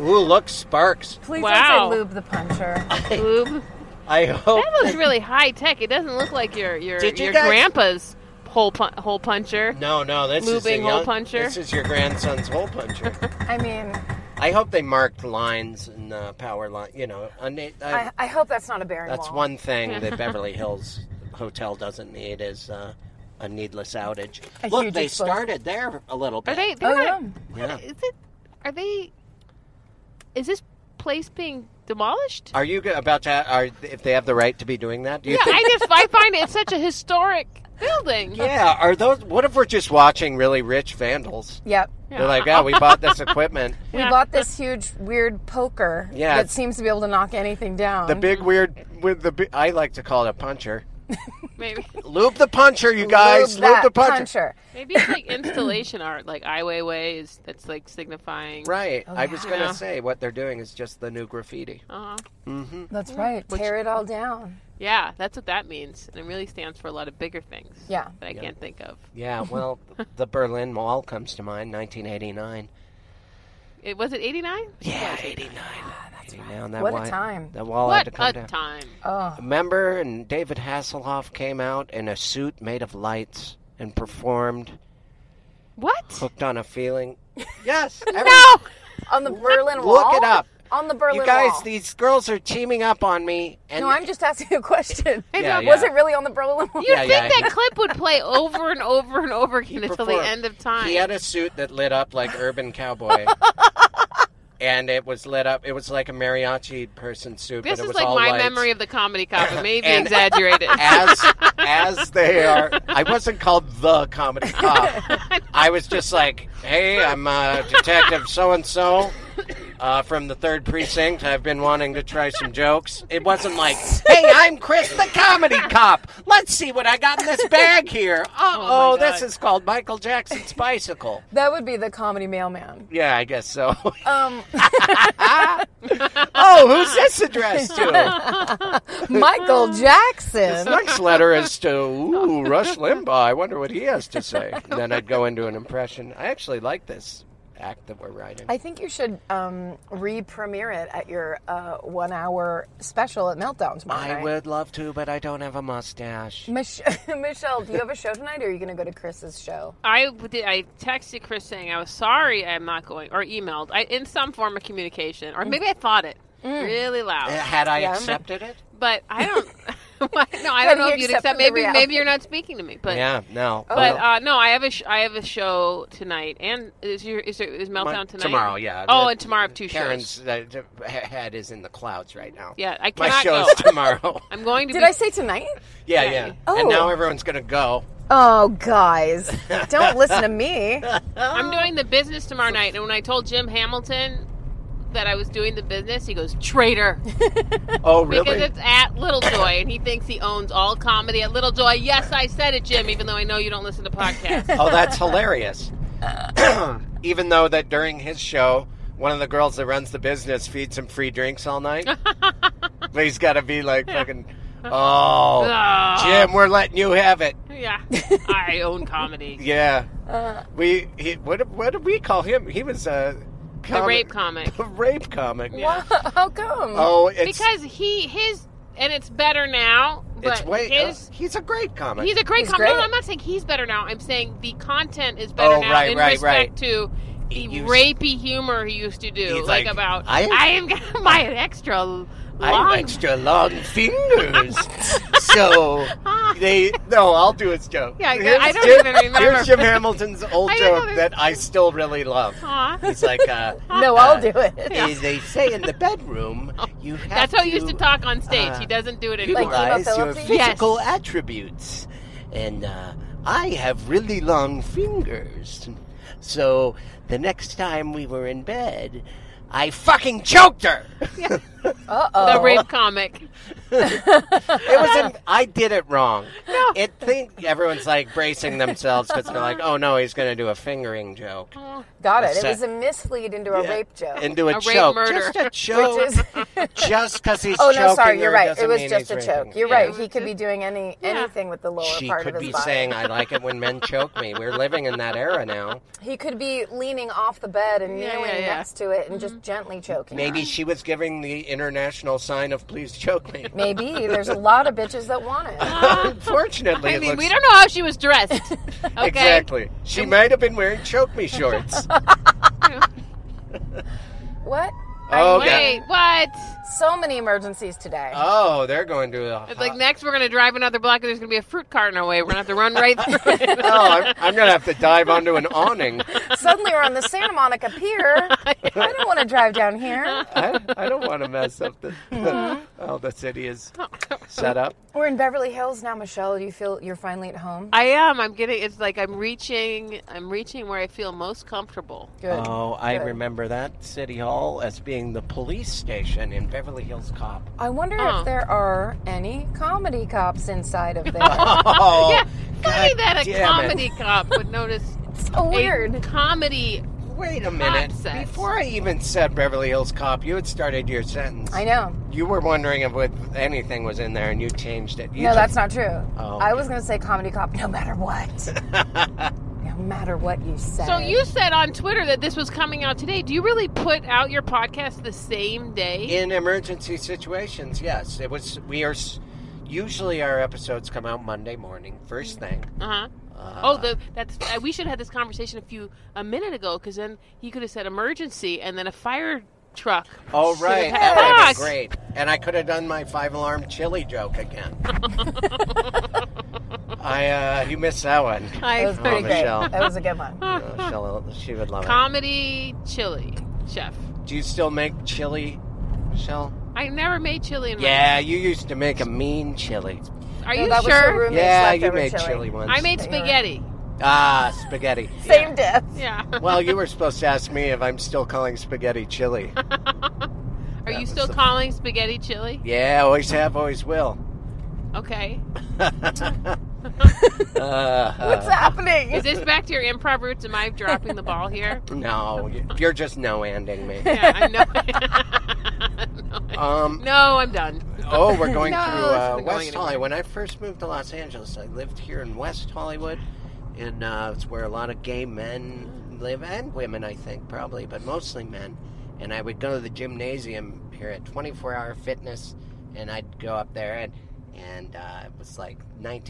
Speaker 3: Ooh, look sparks.
Speaker 4: Please
Speaker 5: Wow.
Speaker 4: don't say lube the puncher.
Speaker 5: Oob.
Speaker 3: I hope.
Speaker 5: That looks really high tech. It doesn't look like your your,
Speaker 3: Did you
Speaker 5: your
Speaker 3: guys-
Speaker 5: grandpa's hole pun- hole puncher.
Speaker 3: No, no, this is a
Speaker 5: Lubing hole
Speaker 3: young-
Speaker 5: puncher?
Speaker 3: This is your grandson's hole puncher.
Speaker 4: I mean,
Speaker 3: I hope they marked lines and uh, power line. You know, and it- I-
Speaker 4: I, I hope that's not a barren
Speaker 3: that's
Speaker 4: wall.
Speaker 3: one thing that Beverly Hills Hotel doesn't need is uh, a needless outage.
Speaker 4: A
Speaker 3: look,
Speaker 4: huge
Speaker 3: they
Speaker 4: explosion.
Speaker 3: started there a little bit.
Speaker 5: Are they? They're
Speaker 4: Oh,
Speaker 5: not,
Speaker 4: yeah.
Speaker 3: Yeah.
Speaker 5: Is it? Are they? Is this place being demolished?
Speaker 3: Are you go- about to? Are if they have the right to be doing that? Do you
Speaker 5: Yeah,
Speaker 3: think?
Speaker 5: I just I find it such a historic building.
Speaker 3: yeah. Are those? What if we're just watching really rich vandals?
Speaker 4: Yep.
Speaker 5: Yeah.
Speaker 3: They're like, yeah, we bought this equipment.
Speaker 4: We
Speaker 5: Yeah.
Speaker 4: bought this huge, weird poker
Speaker 3: Yeah,
Speaker 4: that
Speaker 3: it's-
Speaker 4: seems to be able to knock anything down.
Speaker 3: The big weird with the. bi- I like to call it a puncher.
Speaker 5: Maybe
Speaker 3: Loop the puncher, you guys.
Speaker 4: Lube that
Speaker 3: the puncher.
Speaker 4: puncher.
Speaker 5: maybe it's like installation art, like I Weiwei is that's like signifying.
Speaker 3: Right. I was
Speaker 4: Oh, yeah. Oh.
Speaker 3: gonna
Speaker 5: Yeah.
Speaker 3: say what they're doing is just the new graffiti.
Speaker 5: Uh-huh.
Speaker 4: That's right. Tear it all down.
Speaker 5: Yeah, that's what that means, and it really stands for a lot of bigger things.
Speaker 4: Yeah.
Speaker 5: that I can't think of.
Speaker 3: Yeah. Well, the Berlin Wall comes to mind, 1989.
Speaker 5: It was it eighty nine.
Speaker 3: Yeah, 89. 89, that
Speaker 4: What a
Speaker 3: wall-
Speaker 4: time.
Speaker 3: That wall had
Speaker 5: What
Speaker 3: to
Speaker 5: a
Speaker 3: come down.
Speaker 5: time!
Speaker 4: Oh.
Speaker 3: Remember, and David Hasselhoff came out in a suit made of lights and performed
Speaker 5: What?
Speaker 3: "Hooked on a Feeling." Yes. every-
Speaker 5: No,
Speaker 4: On the Berlin Wall.
Speaker 3: Look it up.
Speaker 4: On the Berlin
Speaker 3: You guys,
Speaker 4: Wall.
Speaker 3: these girls are teaming up on me. And
Speaker 4: No, I'm just asking a question.
Speaker 3: Yeah,
Speaker 4: Was
Speaker 3: yeah.
Speaker 4: it really on the Berlin Wall?
Speaker 5: you'd
Speaker 3: Yeah,
Speaker 5: think
Speaker 3: yeah,
Speaker 5: that clip would play over and over and over again until the
Speaker 3: performed.
Speaker 5: end of time.
Speaker 3: He had a suit that lit up like Urban Cowboy. and it was lit up. It was like a mariachi person suit. but
Speaker 5: this
Speaker 3: it
Speaker 5: is
Speaker 3: was
Speaker 5: like
Speaker 3: all
Speaker 5: my
Speaker 3: lights.
Speaker 5: memory of the comedy cop. It may be
Speaker 3: And-
Speaker 5: exaggerated.
Speaker 3: As as they are, I wasn't called the comedy cop. I was just like, hey, I'm uh, Detective So and So from the third precinct. I've been wanting to try some jokes. It wasn't like, hey, I'm Chris the comedy cop. Let's see what I got in this bag here. Uh oh,
Speaker 5: God.
Speaker 3: this is called Michael Jackson's bicycle.
Speaker 4: That would be the comedy mailman.
Speaker 3: Yeah, I guess so.
Speaker 4: Um,
Speaker 3: oh, who's this addressed to?
Speaker 4: Michael
Speaker 3: This
Speaker 4: Jackson.
Speaker 3: next letter is to ooh, Rush Limbaugh. I wonder what he has to say. And then I'd go into an impression. I actually like this act that we're writing.
Speaker 4: I think you should um, re-premiere it at your uh, one-hour special at Meltdown tomorrow.
Speaker 3: I
Speaker 4: night.
Speaker 3: would love to, but I don't have a mustache.
Speaker 4: Mich- Michelle, do you have a show tonight, or are you going to go to Chris's show?
Speaker 5: I did. I texted Chris saying I was sorry I'm not going, or emailed I, in some form of communication,
Speaker 4: Mm.
Speaker 5: or maybe I thought it really loud.
Speaker 3: Uh, Had I accepted it?
Speaker 5: But I don't. no, I
Speaker 4: Have
Speaker 5: don't know
Speaker 4: you
Speaker 5: if you'd accept.
Speaker 4: accepted the
Speaker 5: Maybe
Speaker 4: reality?
Speaker 5: maybe you're not speaking to me. But
Speaker 3: Oh, Yeah, no.
Speaker 5: But uh, no, I have a sh- I have a show tonight, and is your is, there, is meltdown
Speaker 3: My-
Speaker 5: uh, tonight?
Speaker 3: tomorrow, yeah.
Speaker 5: Oh,
Speaker 3: The-
Speaker 5: and tomorrow I have two shows.
Speaker 3: Karen's uh, d- head is in the clouds right now.
Speaker 5: Yeah, I
Speaker 3: My
Speaker 5: cannot
Speaker 3: show's
Speaker 5: go.
Speaker 3: tomorrow.
Speaker 5: I'm going to.
Speaker 4: Did
Speaker 5: be,
Speaker 4: I say tonight?
Speaker 3: yeah, yeah. And
Speaker 4: Oh.
Speaker 3: now everyone's going to go.
Speaker 4: Oh, guys, don't listen to me.
Speaker 5: I'm doing the business tomorrow night, and when I told Jim Hamilton that I was doing the business, he goes traitor
Speaker 3: Oh,
Speaker 5: because
Speaker 3: really?
Speaker 5: it's at Little Joy, and he thinks he owns all comedy at Little Joy. Yes, I said it, Jim, even though I know you don't listen to podcasts.
Speaker 3: Oh, that's hilarious. Even though that during his show, one of the girls that runs the business feeds him free drinks all night. but he's got to be like fucking, oh,
Speaker 5: Ah,
Speaker 3: Jim, we're letting you have it.
Speaker 5: Yeah, I own comedy.
Speaker 3: Yeah. we, he, what, what did we call him? He was a...
Speaker 5: The
Speaker 3: comic-
Speaker 5: rape comic.
Speaker 3: A rape comic.
Speaker 5: Yeah.
Speaker 4: How come?
Speaker 3: Oh, it's...
Speaker 5: because he his and it's better now. But
Speaker 3: it's way...
Speaker 5: his,
Speaker 3: uh, he's a great comic.
Speaker 5: he's a great
Speaker 4: He's
Speaker 5: comic. No,
Speaker 4: great.
Speaker 5: I'm not saying he's better now. I'm saying the content is better
Speaker 3: Oh,
Speaker 5: now
Speaker 3: right,
Speaker 5: in
Speaker 3: right,
Speaker 5: respect
Speaker 3: right.
Speaker 5: to the
Speaker 3: He used-
Speaker 5: rapey humor he used to do,
Speaker 3: He's
Speaker 5: like,
Speaker 3: like,
Speaker 5: about
Speaker 3: I
Speaker 5: I
Speaker 3: am-
Speaker 5: am, gonna buy an extra long.
Speaker 3: I have extra long fingers. so they no, I'll do his joke.
Speaker 5: Yeah, I- I
Speaker 3: Here's
Speaker 5: don't
Speaker 3: Jim-
Speaker 5: even remember.
Speaker 3: Here's Jim Hamilton's old
Speaker 5: I don't
Speaker 3: joke
Speaker 5: know
Speaker 3: that I still really love.
Speaker 5: Aw.
Speaker 3: He's like, uh,
Speaker 4: no, I'll do it.
Speaker 3: as they say in the bedroom, You have
Speaker 5: That's how he used to talk on stage.
Speaker 3: uh,
Speaker 5: he doesn't do it anymore.
Speaker 4: Like Emo
Speaker 3: Utilize your
Speaker 4: Phillips?
Speaker 5: Yes.
Speaker 3: physical attributes, and uh, I have really long fingers. So the next time we were in bed, I fucking choked her.
Speaker 4: Uh
Speaker 5: the
Speaker 4: oh.
Speaker 5: rape comic.
Speaker 3: It was an, I did it wrong. No. It think everyone's like bracing themselves because they're like, oh no, he's gonna do a fingering joke
Speaker 4: Got it. It
Speaker 3: Upset.
Speaker 4: was a mislead into Mm. a
Speaker 3: Yeah.
Speaker 4: rape joke.
Speaker 3: into a,
Speaker 5: A rape
Speaker 3: choke,
Speaker 5: murder.
Speaker 3: just a choke,
Speaker 4: which is,
Speaker 3: just because he's.
Speaker 4: oh no,
Speaker 3: choking
Speaker 4: sorry, you're
Speaker 3: her
Speaker 4: right.
Speaker 3: doesn't
Speaker 4: It was
Speaker 3: mean
Speaker 4: just a
Speaker 3: he's
Speaker 4: choke.
Speaker 3: raping.
Speaker 4: You're
Speaker 3: Yeah.
Speaker 4: right. He could be doing any anything with the lower
Speaker 3: She
Speaker 4: part
Speaker 3: could
Speaker 4: of his
Speaker 3: be
Speaker 4: body.
Speaker 3: saying, "I like it when men choke me." We're living in that era now.
Speaker 4: He could be leaning off the bed and
Speaker 5: Yeah,
Speaker 4: kneeling
Speaker 5: yeah, yeah.
Speaker 4: next to it and just gently choking.
Speaker 3: Maybe
Speaker 4: her.
Speaker 3: she was giving the international sign of "Please choke me."
Speaker 4: Maybe there's a lot of bitches that want it.
Speaker 3: Unfortunately,
Speaker 5: I
Speaker 3: it
Speaker 5: mean,
Speaker 3: looks-
Speaker 5: we don't know how she was dressed. Okay.
Speaker 3: exactly. She might have been wearing choke me shorts.
Speaker 4: What?
Speaker 3: oh,
Speaker 5: Wait, what?
Speaker 3: Uh,
Speaker 4: So many emergencies today.
Speaker 3: oh, they're going to. A
Speaker 5: It's like next we're gonna drive another block and there's gonna be a fruit cart in our way. We're gonna have to run right through it.
Speaker 3: oh, I'm, I'm gonna have to dive onto an awning.
Speaker 4: Suddenly we're on the Santa Monica Pier. I don't want to drive down here.
Speaker 3: I, I don't want to mess up the, the how the city is
Speaker 4: Oh,
Speaker 3: set up.
Speaker 4: We're in Beverly Hills now, Michelle. Do you feel you're finally at home?
Speaker 5: I am. I'm getting. It's like I'm reaching. I'm reaching where I feel most comfortable.
Speaker 4: Good.
Speaker 3: Oh, I
Speaker 4: Good.
Speaker 3: remember that city hall as being the police station in Beverly Hills Cop.
Speaker 4: I wonder
Speaker 5: Oh.
Speaker 4: if there are any comedy cops inside of there.
Speaker 3: Oh,
Speaker 5: yeah, funny
Speaker 3: God
Speaker 5: that a
Speaker 3: damn it.
Speaker 5: comedy cop would notice
Speaker 4: so
Speaker 5: a
Speaker 4: weird.
Speaker 5: comedy.
Speaker 3: Wait a minute.
Speaker 5: Nonsense.
Speaker 3: Before I even said Beverly Hills Cop, you had started your sentence.
Speaker 4: I know.
Speaker 3: You were wondering if with- anything was in there, and you changed it. You
Speaker 4: No,
Speaker 3: just-
Speaker 4: that's not true.
Speaker 3: Oh.
Speaker 4: I was going to say comedy cop no matter what. no matter what you say.
Speaker 5: So you said on Twitter that this was coming out today. Do you really put out your podcast the same day?
Speaker 3: in emergency situations. Yes, it was. We are s- usually our episodes come out Monday morning, first
Speaker 4: Mm.
Speaker 3: thing.
Speaker 5: Uh huh.
Speaker 3: Uh,
Speaker 5: Oh, the, that's. Uh, we should have had this conversation a few a minute ago because then he could have said emergency and then a fire truck.
Speaker 3: oh
Speaker 5: should have
Speaker 3: right, that
Speaker 5: had-
Speaker 3: would've been
Speaker 5: Fuck!
Speaker 3: great. And I could have done my five alarm chili joke again. I uh, you missed that one.
Speaker 5: I-
Speaker 4: That was pretty great.
Speaker 3: Oh, Michelle.
Speaker 4: That was a good one.
Speaker 3: Michelle, uh, she would love
Speaker 5: comedy chili chef.
Speaker 3: it. Do you still make chili, Michelle?
Speaker 5: I never made chili in my.
Speaker 3: Yeah, you used to make a mean chili.
Speaker 5: Are
Speaker 4: No,
Speaker 5: you
Speaker 4: that was her
Speaker 5: sure?
Speaker 4: room- Roommates
Speaker 3: Yeah, you
Speaker 4: leftover
Speaker 3: made chili.
Speaker 4: chili.
Speaker 3: once.
Speaker 5: I made
Speaker 4: That you were-
Speaker 5: spaghetti.
Speaker 3: ah spaghetti.
Speaker 4: Same death.
Speaker 5: Yeah.
Speaker 3: Well, you were supposed to ask me if I'm still calling spaghetti chili.
Speaker 5: Are you
Speaker 3: was
Speaker 5: still
Speaker 3: the-
Speaker 5: calling spaghetti chili?
Speaker 3: Yeah, always have, always will.
Speaker 5: Okay.
Speaker 3: Uh,
Speaker 4: What's happening?
Speaker 5: Is this back to your improv roots? Am I dropping the ball here?
Speaker 3: No, you're just no ending me.
Speaker 5: Yeah, I know.
Speaker 3: Um,
Speaker 5: no, I'm done.
Speaker 3: oh, we're going
Speaker 5: No,
Speaker 3: through
Speaker 5: this
Speaker 3: uh,
Speaker 5: isn't going
Speaker 3: West
Speaker 5: anywhere.
Speaker 3: Hollywood. When I first moved to Los Angeles, I lived here in West Hollywood, and uh, it's where a lot of gay
Speaker 5: Mm.
Speaker 3: men live and women, I think, probably, but mostly men. And I would go to the gymnasium here at 24 Hour Fitness, and I'd go up there and. And uh, it was like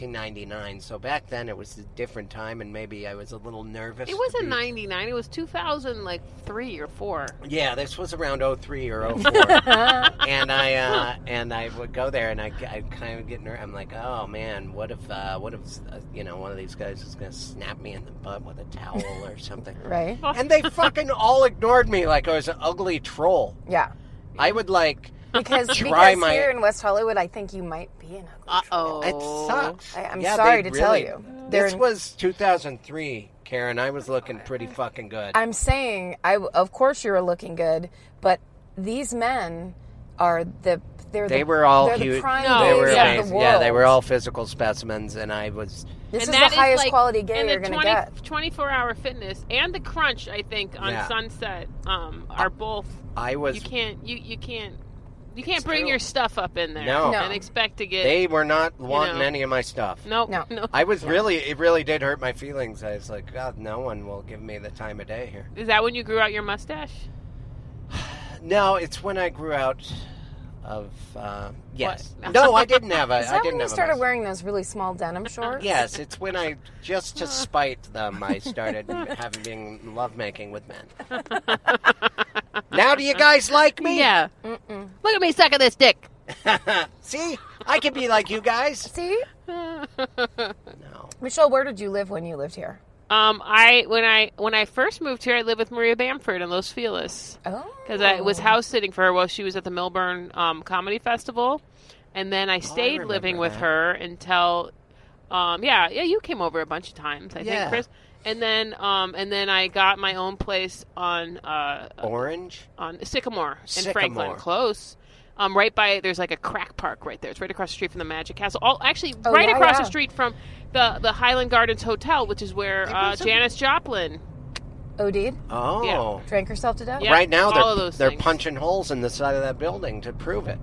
Speaker 3: 1999, so back then it was a different time, and maybe I was a little nervous.
Speaker 5: It
Speaker 3: to
Speaker 5: wasn't
Speaker 3: be-
Speaker 5: 99. It was 2000, like three or four.
Speaker 3: Yeah, this was around 03 or 04. and I uh, and I would go there and I, I kind of get nervous. I'm like, "Oh man, what if uh, what if uh, you know, one of these guys is going to snap me in the butt with a towel or something."
Speaker 4: Right?
Speaker 3: And they fucking all ignored me like I was an ugly troll.
Speaker 4: Yeah.
Speaker 3: I would like
Speaker 4: Because,
Speaker 3: Try
Speaker 4: because
Speaker 3: my-
Speaker 4: here in West Hollywood, I think you might be an ugly
Speaker 5: Uh
Speaker 3: it
Speaker 5: oh.
Speaker 3: sucks.
Speaker 4: I- I'm
Speaker 3: Yeah,
Speaker 4: sorry
Speaker 3: they
Speaker 4: to tell
Speaker 3: really-
Speaker 4: you. They're
Speaker 3: This
Speaker 4: in-
Speaker 3: was 2003, Karen. I was looking pretty fucking good.
Speaker 4: I'm saying, I of course you were looking good, but these men are the they're
Speaker 3: they
Speaker 4: the,
Speaker 3: were all
Speaker 4: they're
Speaker 3: huge.
Speaker 4: The prime
Speaker 5: No,
Speaker 3: they were
Speaker 4: gaze
Speaker 5: yeah.
Speaker 4: of the
Speaker 3: amazing. Yeah, they
Speaker 4: world.
Speaker 3: were all physical specimens, and I was
Speaker 4: This
Speaker 5: and
Speaker 4: is
Speaker 5: that
Speaker 4: the highest
Speaker 5: like-
Speaker 4: quality gay
Speaker 5: and the
Speaker 4: you're going to
Speaker 5: 20
Speaker 4: get.
Speaker 5: 24 hour fitness and the crunch, I think, on
Speaker 3: Yeah.
Speaker 5: Sunset um, are both.
Speaker 3: I was
Speaker 5: You can't. You you can't. You can't
Speaker 3: It's
Speaker 5: bring
Speaker 3: true.
Speaker 5: your stuff up in there
Speaker 3: No.
Speaker 4: No.
Speaker 5: and expect to get.
Speaker 3: They were not wanting
Speaker 5: know.
Speaker 3: any of my stuff.
Speaker 5: no,
Speaker 4: No.
Speaker 5: no.
Speaker 3: I was really, it really did hurt my feelings. I was like, God, no one will give me the time of day here.
Speaker 5: Is that when you grew out your mustache?
Speaker 3: No, it's when I grew out of, uh, yes.
Speaker 5: What?
Speaker 3: No, I didn't have a,
Speaker 4: Is
Speaker 3: I didn't
Speaker 4: that when you
Speaker 3: have a
Speaker 4: started
Speaker 3: mask.
Speaker 4: wearing those really small denim shorts?
Speaker 3: Yes, it's when I, just to spite them, I started having lovemaking with men. now do you guys like me?
Speaker 5: Yeah. Look at me sucking this dick.
Speaker 3: See? I can be like you guys.
Speaker 4: See,
Speaker 3: No.
Speaker 4: Michelle, where did you live when you lived here?
Speaker 5: Um, I when I when I first moved here, I lived with Maria Bamford in Los Feliz
Speaker 4: Oh.
Speaker 5: because I was house sitting for her while she was at the Melbourne um, Comedy Festival, and then I stayed
Speaker 3: Oh, remember
Speaker 5: living with
Speaker 3: that.
Speaker 5: her until, um, yeah, yeah, you came over a bunch of times, I
Speaker 3: Yeah.
Speaker 5: think, Chris, and then um, and then I got my own place on uh,
Speaker 3: Orange?
Speaker 5: on Sycamore in
Speaker 3: Sycamore.
Speaker 5: Franklin, close. Um, right by there's like a crack park right there. It's right across the street from the Magic Castle. All actually
Speaker 4: Oh,
Speaker 5: right
Speaker 4: yeah,
Speaker 5: across
Speaker 4: yeah.
Speaker 5: the street from the the Highland Gardens Hotel, which is where uh,
Speaker 3: was a-
Speaker 5: Janis Joplin.
Speaker 4: OD'd?
Speaker 3: Oh.
Speaker 5: Yeah.
Speaker 4: Drank herself to death?
Speaker 5: Yeah.
Speaker 3: right now
Speaker 5: all
Speaker 3: they're
Speaker 5: of those
Speaker 3: they're
Speaker 5: things.
Speaker 3: punching holes in the side of that building to prove it.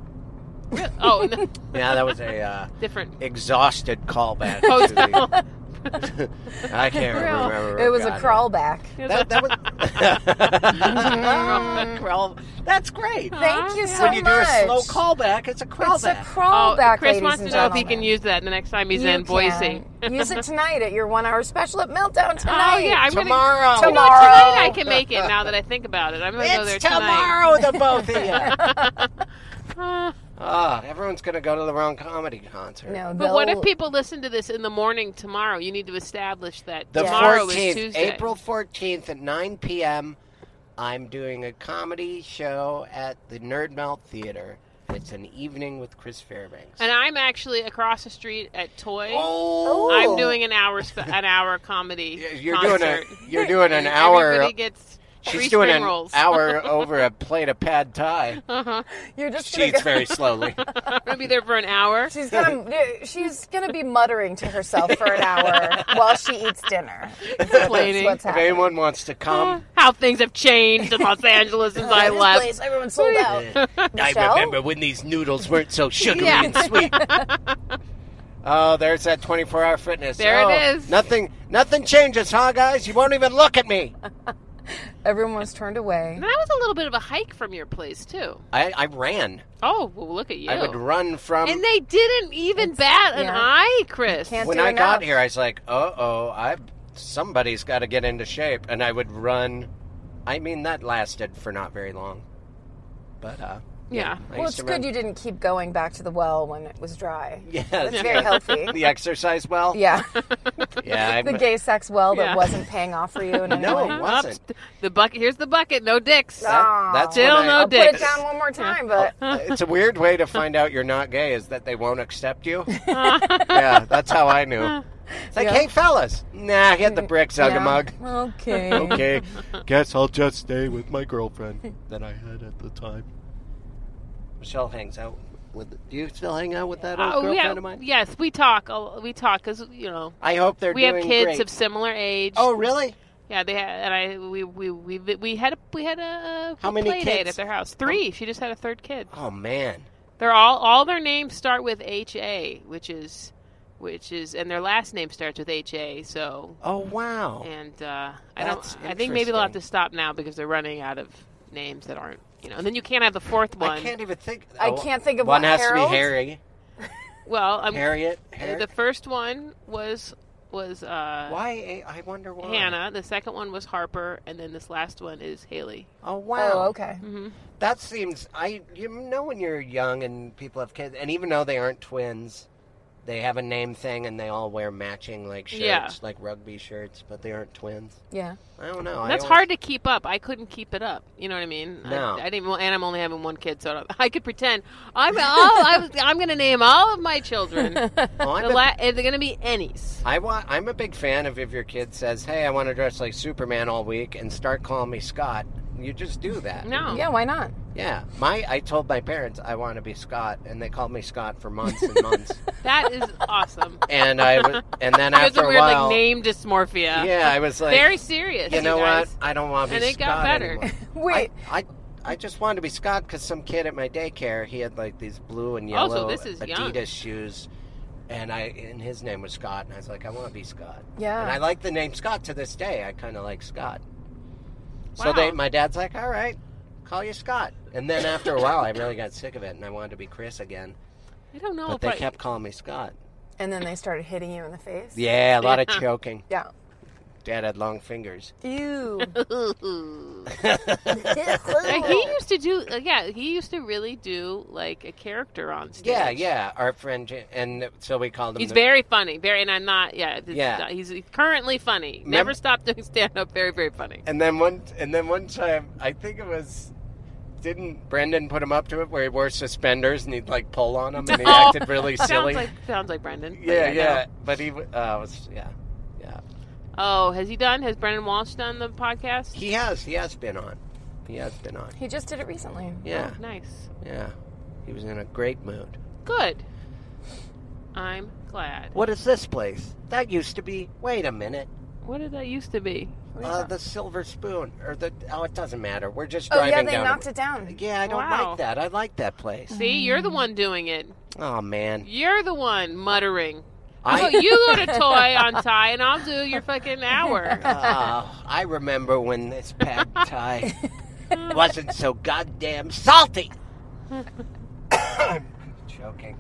Speaker 5: Oh, and the-
Speaker 3: Yeah, that was a uh,
Speaker 5: different.
Speaker 3: exhausted callback.
Speaker 5: Oh,
Speaker 3: to the, I can't remember.
Speaker 4: It was a
Speaker 3: God.
Speaker 4: crawl back.
Speaker 3: That, that was crawl. That's great.
Speaker 4: Thank you so
Speaker 3: when you do a
Speaker 4: much.
Speaker 3: slow callback, it's a crawl
Speaker 4: It's a
Speaker 3: back.
Speaker 4: crawl
Speaker 5: oh,
Speaker 4: back,
Speaker 5: Chris
Speaker 4: ladies
Speaker 5: wants to
Speaker 4: and
Speaker 5: know if
Speaker 4: gentlemen.
Speaker 5: he can use that the next time he's
Speaker 4: You
Speaker 5: in Boise.
Speaker 4: can. use it tonight at your one-hour special at Meltdown tonight.
Speaker 5: Oh yeah, I'm
Speaker 3: Tomorrow.
Speaker 5: Gonna, you know,
Speaker 4: Tomorrow.
Speaker 5: tonight I can make it. Now that I think about it, I'm gonna go there
Speaker 3: it's
Speaker 5: tonight.
Speaker 3: tomorrow, the both of you.
Speaker 5: Uh,
Speaker 3: Ah, everyone's gonna go to the wrong comedy concert.
Speaker 4: No,
Speaker 5: but what
Speaker 4: they'll-
Speaker 5: if people listen to this in the morning tomorrow? You need to establish that
Speaker 3: The
Speaker 5: tomorrow is
Speaker 3: 14th,
Speaker 5: Tuesday.
Speaker 3: April 14th at 9 p.m. I'm doing a comedy show at the Nerd Melt Theater. It's an evening with Chris Fairbanks.
Speaker 5: And I'm actually across the street at Toy.
Speaker 3: oh,
Speaker 5: I'm doing an hour spe- an hour comedy.
Speaker 3: you're doing a
Speaker 5: concert.
Speaker 3: you're doing an
Speaker 5: And
Speaker 3: hour.
Speaker 5: Everybody gets three
Speaker 3: She's doing
Speaker 5: spring
Speaker 3: an
Speaker 5: rolls. Oh
Speaker 3: hour over a plate of pad thai.
Speaker 4: You're just
Speaker 3: She
Speaker 4: gonna
Speaker 3: eats
Speaker 4: go,
Speaker 3: very slowly.
Speaker 5: I'm gonna be there for an hour.
Speaker 4: she's gonna she's gonna be muttering to herself for an hour while she eats dinner. That's
Speaker 5: Complaining
Speaker 4: what's
Speaker 3: If
Speaker 4: happening.
Speaker 3: anyone wants to come,
Speaker 5: how things have changed in Los Angeles since I
Speaker 4: This
Speaker 5: left.
Speaker 4: place, everyone's sold out.
Speaker 3: I
Speaker 4: Michelle?
Speaker 3: remember when these noodles weren't so sugary
Speaker 5: Yeah.
Speaker 3: and sweet. Oh, there's that 24-hour fitness.
Speaker 5: There
Speaker 3: Oh,
Speaker 5: it is.
Speaker 3: Nothing, nothing changes, huh, guys? You won't even look at me.
Speaker 4: Everyone was turned away.
Speaker 5: And that was a little bit of a hike from your place too.
Speaker 3: I, I ran.
Speaker 5: Oh, well, look at you.
Speaker 3: I would run from.
Speaker 5: and they didn't even bat an
Speaker 4: yeah.
Speaker 5: eye, Chris.
Speaker 4: Can't
Speaker 3: when
Speaker 4: do
Speaker 3: I got
Speaker 4: enough.
Speaker 3: here, I was like, "Uh oh, I somebody's got to get into shape," and I would run. I mean, that lasted for not very long, but uh,
Speaker 5: Yeah.
Speaker 3: I
Speaker 4: Well,
Speaker 3: used
Speaker 4: it's
Speaker 3: to
Speaker 4: good
Speaker 3: run.
Speaker 4: you didn't keep going back to the well when it was dry.
Speaker 3: Yeah,
Speaker 4: It's very healthy.
Speaker 3: the exercise well.
Speaker 4: Yeah,
Speaker 3: yeah. I'm-
Speaker 4: the gay sex well that
Speaker 5: Yeah.
Speaker 4: wasn't paying off for you. In any
Speaker 3: No,
Speaker 4: way.
Speaker 3: it
Speaker 4: I'll
Speaker 5: Up
Speaker 3: wasn't.
Speaker 5: the bucket. Here's the bucket. No dicks.
Speaker 4: Ah.
Speaker 3: That- that's
Speaker 5: Still
Speaker 3: when I-
Speaker 5: no
Speaker 4: put it
Speaker 5: dicks.
Speaker 4: down one more time, but
Speaker 3: it's a weird way to find out you're not gay is that they won't accept you. yeah, that's how I knew. It's like,
Speaker 4: Yeah.
Speaker 3: hey, fellas, nah, hit the bricks,
Speaker 4: yeah.
Speaker 3: hug a mug.
Speaker 4: Okay.
Speaker 3: Okay,
Speaker 6: Guess I'll just stay with my girlfriend that I had at the time.
Speaker 3: Michelle hangs out with. Do you still hang out with that old
Speaker 5: Oh,
Speaker 3: girlfriend
Speaker 5: yeah.
Speaker 3: of mine?
Speaker 5: Yes, we talk. Oh, We talk because you know
Speaker 3: I hope they're
Speaker 5: we
Speaker 3: doing
Speaker 5: have kids
Speaker 3: great.
Speaker 5: of similar age.
Speaker 3: oh, really?
Speaker 5: Yeah, they had, and I we we we we had a we had a
Speaker 3: How many
Speaker 5: play date
Speaker 3: kids?
Speaker 5: at their house. Three. She just had a third kid.
Speaker 3: Oh man.
Speaker 5: They're all all their names start with H A, which is which is and their last name starts with H A. So
Speaker 3: Oh wow.
Speaker 5: Mm. and uh, I
Speaker 3: That's
Speaker 5: don't I think maybe they'll have to
Speaker 3: interesting.
Speaker 5: stop now because they're running out of names that aren't you know. And then you can't have the fourth one.
Speaker 3: I can't even think. Oh,
Speaker 4: I can't think of
Speaker 3: one.
Speaker 4: what
Speaker 3: has to
Speaker 4: Harold?
Speaker 3: be Harry. e-
Speaker 5: well, I'm,
Speaker 3: Harriet. Har-
Speaker 5: Um, the first one was was uh,
Speaker 3: why? eh, I wonder why.
Speaker 5: Hannah. The second one was Harper, and then this last one is Haley.
Speaker 3: Oh wow.
Speaker 4: Oh, okay.
Speaker 5: Mm-hmm.
Speaker 3: That seems. I you know when you're young and people have kids, and even though they aren't twins, they have a name thing and they all wear matching like shirts,
Speaker 5: Yeah.
Speaker 3: like rugby shirts, but they aren't twins.
Speaker 4: Yeah.
Speaker 3: I don't know. I
Speaker 5: That's
Speaker 3: always-
Speaker 5: hard to keep up. I couldn't keep it up. You know what I mean?
Speaker 3: No.
Speaker 5: I, I didn't. Well, and I'm only having one kid, so I, don't- I could pretend I'm. Oh, I was, I'm going to name all of my children. The
Speaker 3: Well, Oh, I'm a-
Speaker 5: la- they're going to be Ennies.
Speaker 3: I wa- I'm a big fan of if your kid says, "Hey, I want to dress like Superman all week," and start calling me Scott. You just do that.
Speaker 5: No.
Speaker 4: Yeah. Why not?
Speaker 3: Yeah, my I told my parents I want to be Scott, and they called me Scott for months and months.
Speaker 5: That is awesome.
Speaker 3: and I was, and then
Speaker 5: There's
Speaker 3: after
Speaker 5: a
Speaker 3: a
Speaker 5: weird
Speaker 3: while,
Speaker 5: like name dysmorphia.
Speaker 3: yeah, I was like,
Speaker 5: Very serious.
Speaker 3: you know what?
Speaker 5: guys.
Speaker 3: I don't want to be
Speaker 5: And it
Speaker 3: Scott
Speaker 5: got better.
Speaker 3: anymore.
Speaker 4: Wait.
Speaker 3: I, I I just wanted to be Scott because some kid at my daycare he had like these blue and
Speaker 5: Oh, so
Speaker 3: yellow
Speaker 5: this is
Speaker 3: Adidas
Speaker 5: young.
Speaker 3: shoes. And I and his name was Scott, and I was like, I want to be Scott.
Speaker 4: Yeah.
Speaker 3: And I like the name Scott to this day. I kind of like Scott. So
Speaker 5: Wow.
Speaker 3: they, my dad's like, all right, call you Scott. And then after a while, I really got sick of it, and I wanted to be Chris again.
Speaker 5: I don't know.
Speaker 3: But they
Speaker 5: if I-
Speaker 3: kept calling me Scott.
Speaker 4: and then they started hitting you in the face.
Speaker 3: Yeah, a lot of choking.
Speaker 4: Yeah.
Speaker 3: Dad had long fingers.
Speaker 4: Ew.
Speaker 5: Uh, he used to do, uh, yeah, he used to really do like a character on stage.
Speaker 3: Yeah, yeah. Our friend, Jan- and so we called him.
Speaker 5: He's
Speaker 3: the-
Speaker 5: very funny, very, and I'm not. Yeah, it's-
Speaker 3: Yeah.
Speaker 5: He's currently funny. Never stopped doing stand up. Very, very funny.
Speaker 3: And then one, and then one time, I think it was. Didn't Brendan put him up to it where he wore suspenders and he'd like pull on him and he
Speaker 4: Oh,
Speaker 5: No.
Speaker 3: acted really silly?
Speaker 5: Sounds like sounds like Brendan. but
Speaker 3: yeah,
Speaker 5: no.
Speaker 3: yeah. But he w- uh, was, yeah, yeah.
Speaker 5: Oh, has he done? Has Brendan Walsh done the podcast?
Speaker 3: He has, he has been on. He has been on.
Speaker 4: he just did it recently.
Speaker 3: Yeah,
Speaker 5: nice.
Speaker 3: yeah. He was in a great mood.
Speaker 5: Good. I'm glad.
Speaker 3: What is this place? That used to be. Wait a minute.
Speaker 5: What did that used to be?
Speaker 3: Uh, the Silver Spoon, or the oh, it doesn't matter. We're just
Speaker 4: Oh
Speaker 3: driving
Speaker 4: yeah, they
Speaker 3: down.
Speaker 4: knocked it down.
Speaker 3: Yeah, I don't
Speaker 5: Wow.
Speaker 3: like that. I like that place.
Speaker 5: See, you're the one doing it.
Speaker 3: Oh man,
Speaker 5: You're the one muttering.
Speaker 4: Oh,
Speaker 3: I
Speaker 5: So you go to Toy on Tie, and I'll do your fucking hour.
Speaker 3: Ah, I remember when this pad thai wasn't so goddamn salty. I'm joking.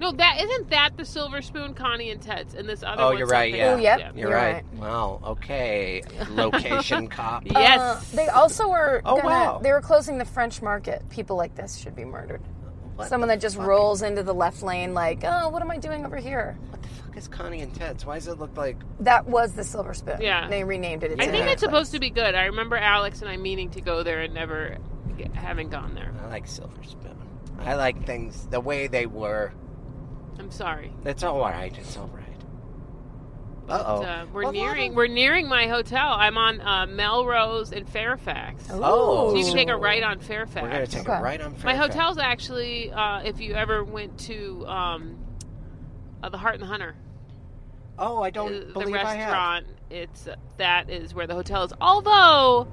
Speaker 5: No, that isn't that the Silver Spoon, Connie and Ted's, and this other.
Speaker 3: Oh,
Speaker 5: one's
Speaker 3: you're right,
Speaker 5: something
Speaker 3: yeah.
Speaker 4: Oh
Speaker 5: else.
Speaker 4: yep.
Speaker 3: You're,
Speaker 4: You're
Speaker 3: right.
Speaker 4: right.
Speaker 3: Wow. Okay. Location cop.
Speaker 5: Yeah. Yes.
Speaker 4: Uh, they also were.
Speaker 3: Oh,
Speaker 4: gonna,
Speaker 3: wow.
Speaker 4: They were closing the French market. People like this should be murdered.
Speaker 3: What
Speaker 4: Someone
Speaker 3: the
Speaker 4: that just
Speaker 3: fuck-
Speaker 4: rolls into the left lane, like, oh, what am I doing over here?
Speaker 3: What the fuck is Connie and Ted's? Why does it look like?
Speaker 4: That was the Silver Spoon.
Speaker 5: Yeah.
Speaker 4: They renamed it. It's
Speaker 5: I
Speaker 4: in
Speaker 5: think
Speaker 4: that
Speaker 5: it's supposed to be good. I remember Alex and I meaning to go there and never g having gone there.
Speaker 3: I like Silver Spoon. I like things the way they were.
Speaker 5: I'm sorry.
Speaker 3: It's all right. It's all right. Uh oh.
Speaker 5: Uh, we're nearing. We're nearing my hotel. I'm on uh, Melrose and Fairfax.
Speaker 4: place.
Speaker 3: Oh.
Speaker 5: So
Speaker 4: Ooh.
Speaker 5: you can take a right on
Speaker 3: We're gonna
Speaker 5: Fairfax.
Speaker 3: take
Speaker 4: Okay.
Speaker 3: it right on.
Speaker 5: My
Speaker 3: Fairfax.
Speaker 5: hotel's actually, uh, if you ever went to um, uh, the Heart and the Hunter,
Speaker 3: Oh, I
Speaker 5: uh,
Speaker 3: don't
Speaker 5: the
Speaker 3: believe I have.
Speaker 5: restaurant, it's uh, that is where the hotel is. Although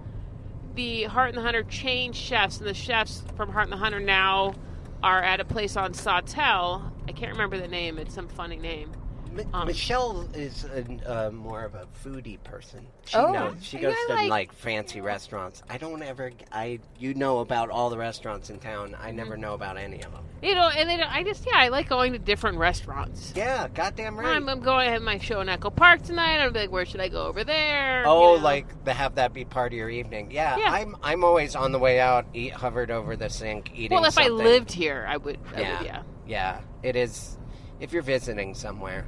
Speaker 5: the Heart and the Hunter changed chefs, and the chefs from Heart and the Hunter now are at a place on Sawtell. I can't remember the name. It's some funny name.
Speaker 3: Mi-
Speaker 5: Um,
Speaker 3: Michelle is a, uh, more of a foodie person. She
Speaker 4: Oh.
Speaker 3: knows. She
Speaker 5: Yeah,
Speaker 3: goes to
Speaker 5: like-
Speaker 3: like, fancy restaurants. I don't ever. g- I you know about all the restaurants in town. I never
Speaker 5: Mm-hmm.
Speaker 3: know about any of them.
Speaker 5: You know, and they don't, I just yeah, I like going to different restaurants.
Speaker 3: Yeah, goddamn right.
Speaker 5: I'm, I'm going to have my show in Echo Park tonight. I'm like, where should I go over there?
Speaker 3: oh,
Speaker 5: You know?
Speaker 3: like the have that be part of your evening. Yeah,
Speaker 5: Yeah.
Speaker 3: I'm. I'm always on the way out. Eat hovered over the sink eating.
Speaker 5: well, if I
Speaker 3: something.
Speaker 5: lived here, I would. I
Speaker 3: Yeah.
Speaker 5: would, yeah.
Speaker 3: Yeah, it is. If you're visiting somewhere,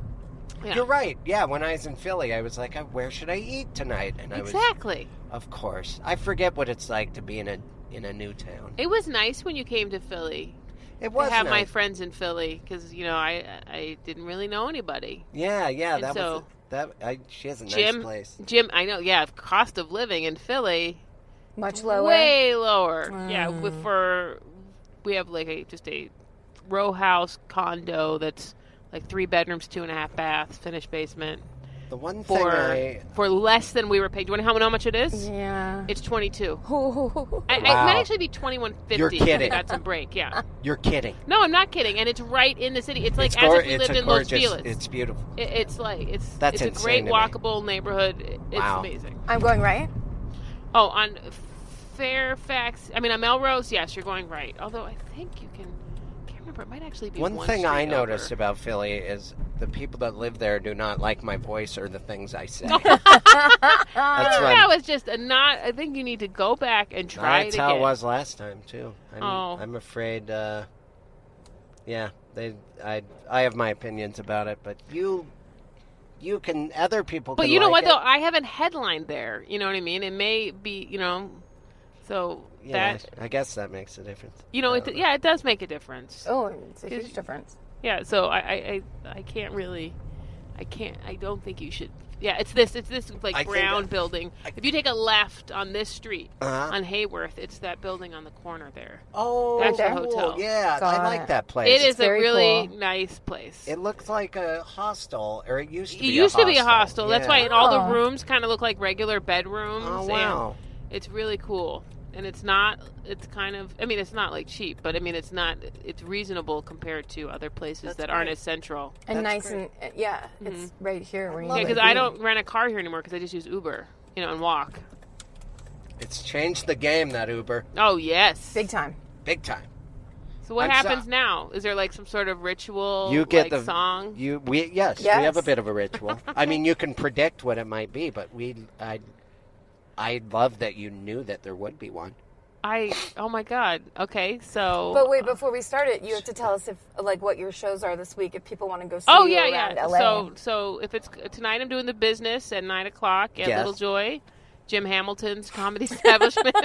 Speaker 5: Yeah.
Speaker 3: you're right. Yeah, when I was in Philly, I was like, "Uh, "Where should I eat tonight?" And I was,
Speaker 5: Exactly.
Speaker 3: of course, I forget what it's like to be in a in a new town.
Speaker 5: It was nice when you came to Philly.
Speaker 3: It
Speaker 5: I
Speaker 3: was
Speaker 5: have my
Speaker 3: nice.
Speaker 5: friends in Philly because you know I I didn't really know anybody.
Speaker 3: yeah, yeah.
Speaker 5: and
Speaker 3: That was
Speaker 5: so-
Speaker 3: that. I, she has a
Speaker 5: Jim,
Speaker 3: nice place.
Speaker 5: Jim, I know. Yeah, cost of living in Philly
Speaker 4: Much lower.
Speaker 5: way lower. Yeah, with, for we have like a just a row house condo that's like three bedrooms, two and a half baths, finished basement
Speaker 3: The one thing
Speaker 5: for
Speaker 3: I
Speaker 5: for less than we were paid. Do you want to know how much it is?
Speaker 4: Yeah.
Speaker 5: It's twenty two.
Speaker 4: Ooh.
Speaker 5: I,
Speaker 3: Wow.
Speaker 5: It might actually be twenty one fifty.
Speaker 3: You're kidding.
Speaker 5: Got some break. Yeah.
Speaker 3: you're kidding.
Speaker 5: No, I'm not kidding. And it's right in the city. It's like
Speaker 3: it's
Speaker 5: as
Speaker 3: gor-
Speaker 5: if we
Speaker 3: it's
Speaker 5: lived
Speaker 3: a
Speaker 5: in
Speaker 3: gorgeous.
Speaker 5: Los Feliz.
Speaker 3: It's beautiful.
Speaker 5: It- It's like it's
Speaker 3: That's
Speaker 5: it's a great
Speaker 3: insane to me.
Speaker 5: walkable neighborhood. It- It's
Speaker 3: Wow.
Speaker 5: amazing.
Speaker 4: I'm going right.
Speaker 5: Oh, on Fairfax. I mean, on Melrose. Yes, you're going right. Although I think you can. Can't remember. It might actually be
Speaker 3: One,
Speaker 5: one
Speaker 3: thing I
Speaker 5: street
Speaker 3: noticed
Speaker 5: over.
Speaker 3: about Philly is the people that live there do not like my voice or the things I say. That's one-
Speaker 5: That was just a not. I think you need to go back and try
Speaker 3: That's
Speaker 5: it
Speaker 3: how
Speaker 5: again.
Speaker 3: it was last time too. I'm,
Speaker 5: Oh.
Speaker 3: I'm afraid. Uh, yeah, they. I. I have my opinions about it, but you, you can. Other people.
Speaker 5: But
Speaker 3: can
Speaker 5: you know
Speaker 3: like
Speaker 5: what though?
Speaker 3: it.
Speaker 5: I haven't headlined there. You know what I mean? It may be. You know. So
Speaker 3: Yeah,
Speaker 5: that
Speaker 3: I guess that makes a difference.
Speaker 5: you know, it, yeah, it does make a difference.
Speaker 4: Oh, it's a huge difference.
Speaker 5: Yeah, so I, I, I, I can't really, I can't, I don't think you should. Yeah, it's this, it's this like
Speaker 3: I think
Speaker 5: brown
Speaker 3: I-
Speaker 5: building. if you take a left on this street
Speaker 3: Uh-huh.
Speaker 5: on Hayworth, it's that building on the corner there.
Speaker 3: Oh,
Speaker 5: That's the
Speaker 3: cool.
Speaker 5: hotel.
Speaker 3: Yeah, I
Speaker 4: Got
Speaker 3: like
Speaker 4: it.
Speaker 3: that place.
Speaker 5: It is a
Speaker 4: very
Speaker 5: really
Speaker 4: cool.
Speaker 5: nice place.
Speaker 3: It looks like a hostel, or it used to.
Speaker 5: it
Speaker 3: be
Speaker 5: used
Speaker 3: a hostel.
Speaker 5: to be a hostel. That's why
Speaker 3: Yeah.
Speaker 5: it, all
Speaker 4: Oh.
Speaker 5: the rooms kind of look like regular bedrooms.
Speaker 3: Oh
Speaker 5: and
Speaker 3: wow.
Speaker 5: It's really cool. And it's not, it's kind of, I mean, it's not like cheap, but I mean, it's not, it's reasonable compared to other places that aren't as central.
Speaker 4: And
Speaker 3: That's
Speaker 4: nice and uh, yeah, it's right here where you
Speaker 5: Mm-hmm. Yeah,
Speaker 4: need
Speaker 5: because
Speaker 4: to be.
Speaker 5: I don't rent a car here anymore because I just use Uber, you know, and walk.
Speaker 3: It's changed the game that Uber
Speaker 5: Oh yes,
Speaker 4: Big time.
Speaker 3: big time.
Speaker 5: So what
Speaker 3: I'm so-
Speaker 5: happens now? Is there like some sort of ritual?
Speaker 3: You get
Speaker 5: like,
Speaker 3: the
Speaker 5: song.
Speaker 3: You we yes, we have a
Speaker 4: Yes.
Speaker 3: bit of a ritual. I mean, you can predict what it might be, but we I I love that you knew that there would be one.
Speaker 5: I oh my god. Okay, so
Speaker 4: But wait, before we start it, you have to tell us if like what your shows are this week if people want to go see
Speaker 5: Oh
Speaker 4: you
Speaker 5: yeah,
Speaker 4: around
Speaker 5: yeah.
Speaker 4: LA.
Speaker 5: So so if it's tonight, I'm doing the business at nine o'clock at
Speaker 3: Yes.
Speaker 5: Little Joy, Jim Hamilton's comedy establishment.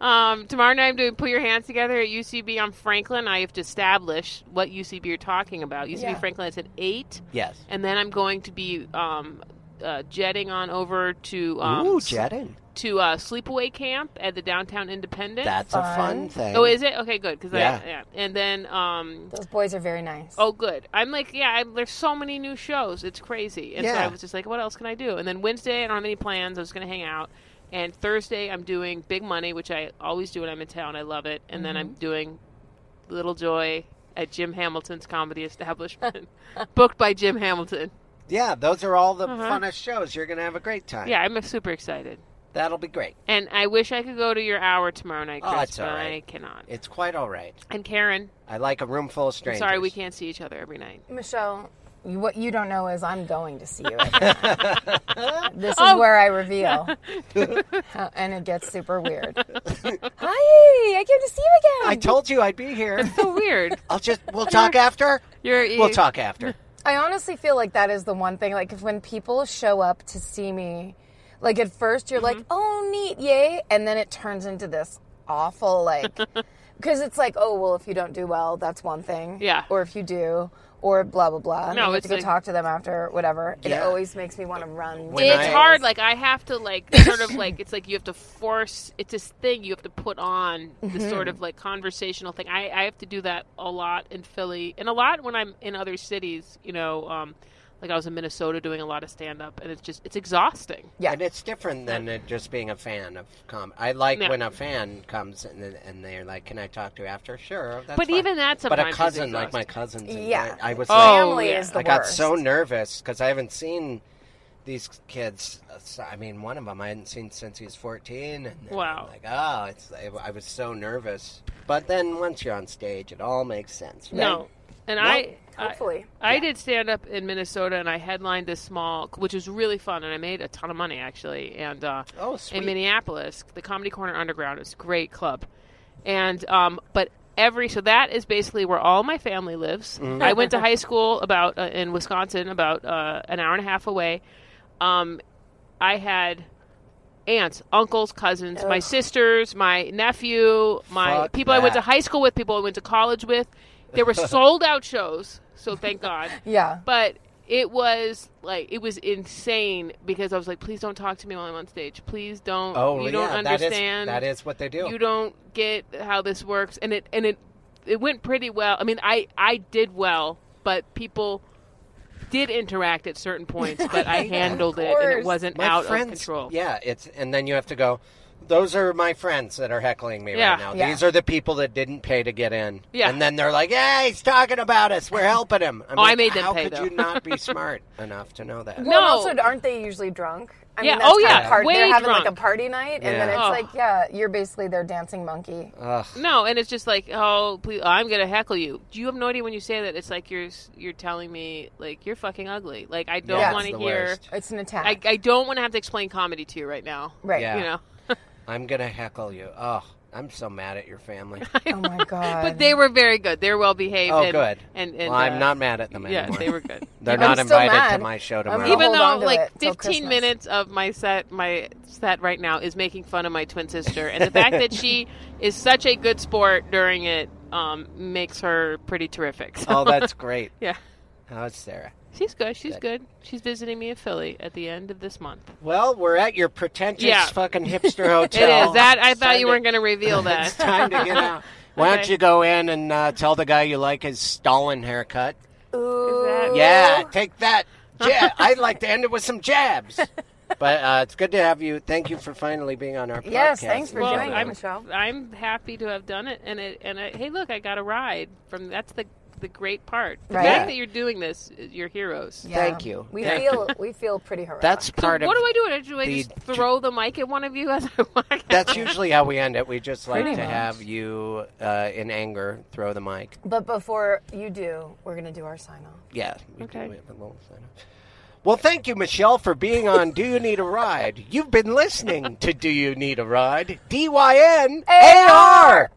Speaker 5: um, tomorrow night, I'm doing Put Your Hands Together at UCB on Franklin. I have to establish what UCB you're talking about. UCB
Speaker 4: Yeah.
Speaker 5: Franklin is at eight,
Speaker 3: Yes.
Speaker 5: and then I'm going to be um, uh, jetting on over to um,
Speaker 3: Ooh, jetting.
Speaker 5: to uh, sleepaway camp at the downtown Independent.
Speaker 3: That's a fun
Speaker 4: fun.
Speaker 3: thing.
Speaker 5: oh, is it okay? Good because
Speaker 3: Yeah.
Speaker 5: I yeah. And then um,
Speaker 4: Those boys are very nice.
Speaker 5: Oh, good. I'm like, yeah. I'm, there's so many new shows. It's crazy. And so
Speaker 3: Yeah.
Speaker 5: I was just like, what else can I do? And then Wednesday, I don't have any plans. I was going to hang out. And Thursday, I'm doing Big Money, which I always do when I'm in town. I love it. And then I'm
Speaker 3: Mm-hmm.
Speaker 5: doing Little Joy at Jim Hamilton's comedy establishment, booked by Jim Hamilton.
Speaker 3: Yeah, those are all the funnest shows. You're gonna have a great time.
Speaker 5: Uh-huh. Yeah, I'm super excited.
Speaker 3: that'll be great.
Speaker 5: And I wish I could go to your hour tomorrow night,
Speaker 3: Oh,
Speaker 5: Chris,
Speaker 3: it's
Speaker 5: but
Speaker 3: all
Speaker 5: I
Speaker 3: right.
Speaker 5: cannot.
Speaker 3: It's quite all right.
Speaker 5: And Karen,
Speaker 3: I like a room full of strangers.
Speaker 5: sorry we can't see each other every night.
Speaker 4: Michelle, you, what you don't know is I'm going to see you. this is
Speaker 5: Oh.
Speaker 4: where I reveal, How- and it gets super weird. Hi, I came to see you
Speaker 3: I
Speaker 4: again.
Speaker 3: told you I'd be here.
Speaker 5: So weird.
Speaker 3: I'll just we'll talk after.
Speaker 5: You're e
Speaker 3: We'll talk after.
Speaker 4: I honestly feel like that is the one thing. Like if when people show up to see me, like at first you're
Speaker 5: Mm-hmm.
Speaker 4: like, oh neat, yay, and then it turns into this awful like, because it's like, oh well, if you don't do well, that's one thing.
Speaker 5: Yeah.
Speaker 4: Or if you do. Or blah blah blah. and then you
Speaker 5: No,
Speaker 4: have
Speaker 5: it's
Speaker 4: to go
Speaker 5: like-
Speaker 4: talk to them after whatever. It
Speaker 3: Yeah.
Speaker 4: always makes me want to run.
Speaker 3: When
Speaker 5: it's
Speaker 3: I-
Speaker 5: hard. Like I have to like sort of like it's like you have to force. It's this thing you have to put on this
Speaker 3: Mm-hmm.
Speaker 5: sort of like conversational thing. I I have to do that a lot in Philly and a lot when I'm in other cities. You know, um, like I was in Minnesota doing a lot of stand up, and it's just it's exhausting.
Speaker 4: Yeah.
Speaker 3: And it's different than it just being a fan of com. I like
Speaker 5: Yeah.
Speaker 3: when a fan comes and, and they're like, "Can I talk to you after?" Sure, that's
Speaker 5: But
Speaker 3: fine.
Speaker 5: even that
Speaker 3: But a
Speaker 5: sometimes is
Speaker 3: cousin, like my
Speaker 5: exhausting.
Speaker 3: cousins, and
Speaker 4: Yeah.
Speaker 3: I, I was
Speaker 5: Oh,
Speaker 4: Family
Speaker 5: yeah.
Speaker 4: is the
Speaker 3: like, I got
Speaker 4: worst.
Speaker 3: so nervous because I haven't seen these kids. so- I mean, one of them I hadn't seen since he was fourteen. And then
Speaker 5: Wow.
Speaker 3: I'm like, oh, it's. I, I was so nervous. But then once you're on stage, it all makes sense. Right?
Speaker 5: No, and I. I
Speaker 4: Hopefully.
Speaker 5: I did stand up in Minnesota, and I headlined this small, which was really fun, and I made a ton of money actually. And uh,
Speaker 3: Oh, sweet.
Speaker 5: in Minneapolis, the Comedy Corner Underground is a great club, and um, but every so that is basically where all my family lives.
Speaker 3: Mm-hmm.
Speaker 5: I went to high school about uh, in Wisconsin, about uh, an hour and a half away. Um, I had aunts, uncles, cousins, my sisters, my nephew, my
Speaker 3: Fuck
Speaker 5: people I went to
Speaker 3: that.
Speaker 5: high school with, people I went to college with. There were sold out shows, so thank God.
Speaker 4: Yeah.
Speaker 5: But it was like it was insane because I was like, please don't talk to me while I'm on stage. Please don't.
Speaker 3: Oh,
Speaker 5: you
Speaker 3: yeah,
Speaker 5: don't
Speaker 3: that is-
Speaker 5: understand.
Speaker 3: That is, what they do.
Speaker 5: You don't get how this works, and it and it it went pretty well. I mean, I I did well, but people did interact at certain points, but I handled it, and it
Speaker 4: course.
Speaker 5: wasn't
Speaker 3: my
Speaker 5: out
Speaker 3: friends,
Speaker 5: of control.
Speaker 3: Yeah, it's and then you have to go. Those are my friends that are heckling me
Speaker 5: Yeah.
Speaker 3: right now.
Speaker 4: Yeah.
Speaker 3: These are the people that didn't pay to get in.
Speaker 5: Yeah.
Speaker 3: And then they're like, "Yeah, he's talking about us. We're helping him." I'm
Speaker 5: Oh, I
Speaker 3: like,
Speaker 5: made them
Speaker 3: How
Speaker 5: pay,
Speaker 3: could
Speaker 5: though.
Speaker 3: you not be smart enough to know that?
Speaker 4: Well,
Speaker 5: No.
Speaker 4: and also, aren't they usually drunk? I
Speaker 5: Yeah,
Speaker 4: Mean, that's
Speaker 5: oh,
Speaker 4: kind of
Speaker 5: yeah,
Speaker 4: Part.
Speaker 5: way
Speaker 4: They're having like
Speaker 5: drunk.
Speaker 4: a party night, and then
Speaker 3: Yeah.
Speaker 4: it's
Speaker 5: Oh.
Speaker 4: like, yeah, you're basically their dancing monkey.
Speaker 3: Ugh.
Speaker 5: No, and it's just like, oh, please, I'm gonna heckle you. Do you have no idea when you say that? It's like you're s- you're telling me like you're fucking ugly. Like I don't
Speaker 4: Yeah.
Speaker 5: want
Speaker 3: It's
Speaker 5: to
Speaker 3: the
Speaker 5: hear.
Speaker 3: worst.
Speaker 4: It's an attack,
Speaker 5: I, I don't want to have to explain comedy to you right now.
Speaker 4: right?
Speaker 3: Yeah.
Speaker 5: You know,
Speaker 3: I'm gonna heckle you. Oh, I'm so mad at your family.
Speaker 4: Oh my god.
Speaker 5: but they were very good. They're well behaved.
Speaker 3: Oh,
Speaker 5: and,
Speaker 3: good.
Speaker 5: And, and
Speaker 3: well, I'm
Speaker 5: uh,
Speaker 3: not mad at them
Speaker 5: Yeah,
Speaker 3: anymore.
Speaker 5: they were good.
Speaker 3: They're
Speaker 4: I'm
Speaker 3: not
Speaker 4: still
Speaker 3: invited to
Speaker 4: mad.
Speaker 3: my show
Speaker 4: I'm
Speaker 3: tomorrow.
Speaker 5: Even
Speaker 4: Hold
Speaker 5: though
Speaker 4: on to
Speaker 5: like
Speaker 4: it till
Speaker 5: 15
Speaker 4: Christmas.
Speaker 5: minutes of my set, my set right now is making fun of my twin sister, and the fact that she is such a good sport during it um, makes her pretty terrific. So,
Speaker 3: oh, that's great.
Speaker 5: yeah.
Speaker 3: How's Sarah?
Speaker 5: She's good. She's good. She's visiting me in Philly at the end of this month.
Speaker 3: Well, we're at your pretentious
Speaker 5: Yeah.
Speaker 3: fucking hipster
Speaker 5: It is
Speaker 3: hotel.
Speaker 5: that. I
Speaker 3: It's
Speaker 5: thought
Speaker 3: time
Speaker 5: you
Speaker 3: to-
Speaker 5: weren't going to reveal
Speaker 3: It's
Speaker 5: that.
Speaker 3: time to get out. Why don't
Speaker 5: Okay.
Speaker 3: you go in and uh, tell the guy you like his Stalin haircut?
Speaker 4: Ooh.
Speaker 3: Yeah, take that. Yeah, I'd like to end it with some jabs. But uh, it's good to have you. Thank you for finally being on our podcast.
Speaker 4: Yes, thanks for
Speaker 5: well,
Speaker 4: doing it,
Speaker 5: I'm
Speaker 4: Michelle.
Speaker 5: I'm happy to have done it, and it and it, hey, look, I got a ride from that's the the great part. The
Speaker 4: Right.
Speaker 5: fact
Speaker 3: Yeah.
Speaker 5: that you're doing this, you're heroes.
Speaker 4: Yeah.
Speaker 3: Thank you.
Speaker 4: We
Speaker 3: Thank
Speaker 4: feel we feel pretty heroic.
Speaker 3: That's
Speaker 5: So
Speaker 3: part
Speaker 5: what
Speaker 3: of.
Speaker 5: do I do? Do I
Speaker 3: the-
Speaker 5: just throw the mic at one of you as I walk out?
Speaker 3: That's usually how we end it. We just like
Speaker 4: Pretty
Speaker 3: to
Speaker 4: much.
Speaker 3: have you uh, in anger throw the mic.
Speaker 4: but before you do, we're gonna do our sign off.
Speaker 3: Yeah. We
Speaker 5: Okay.
Speaker 3: Do it, but we'll sign off. well, thank you, Michelle, for being on Do You Need a Ride? You've been listening to Do You Need a Ride? D Y N A R!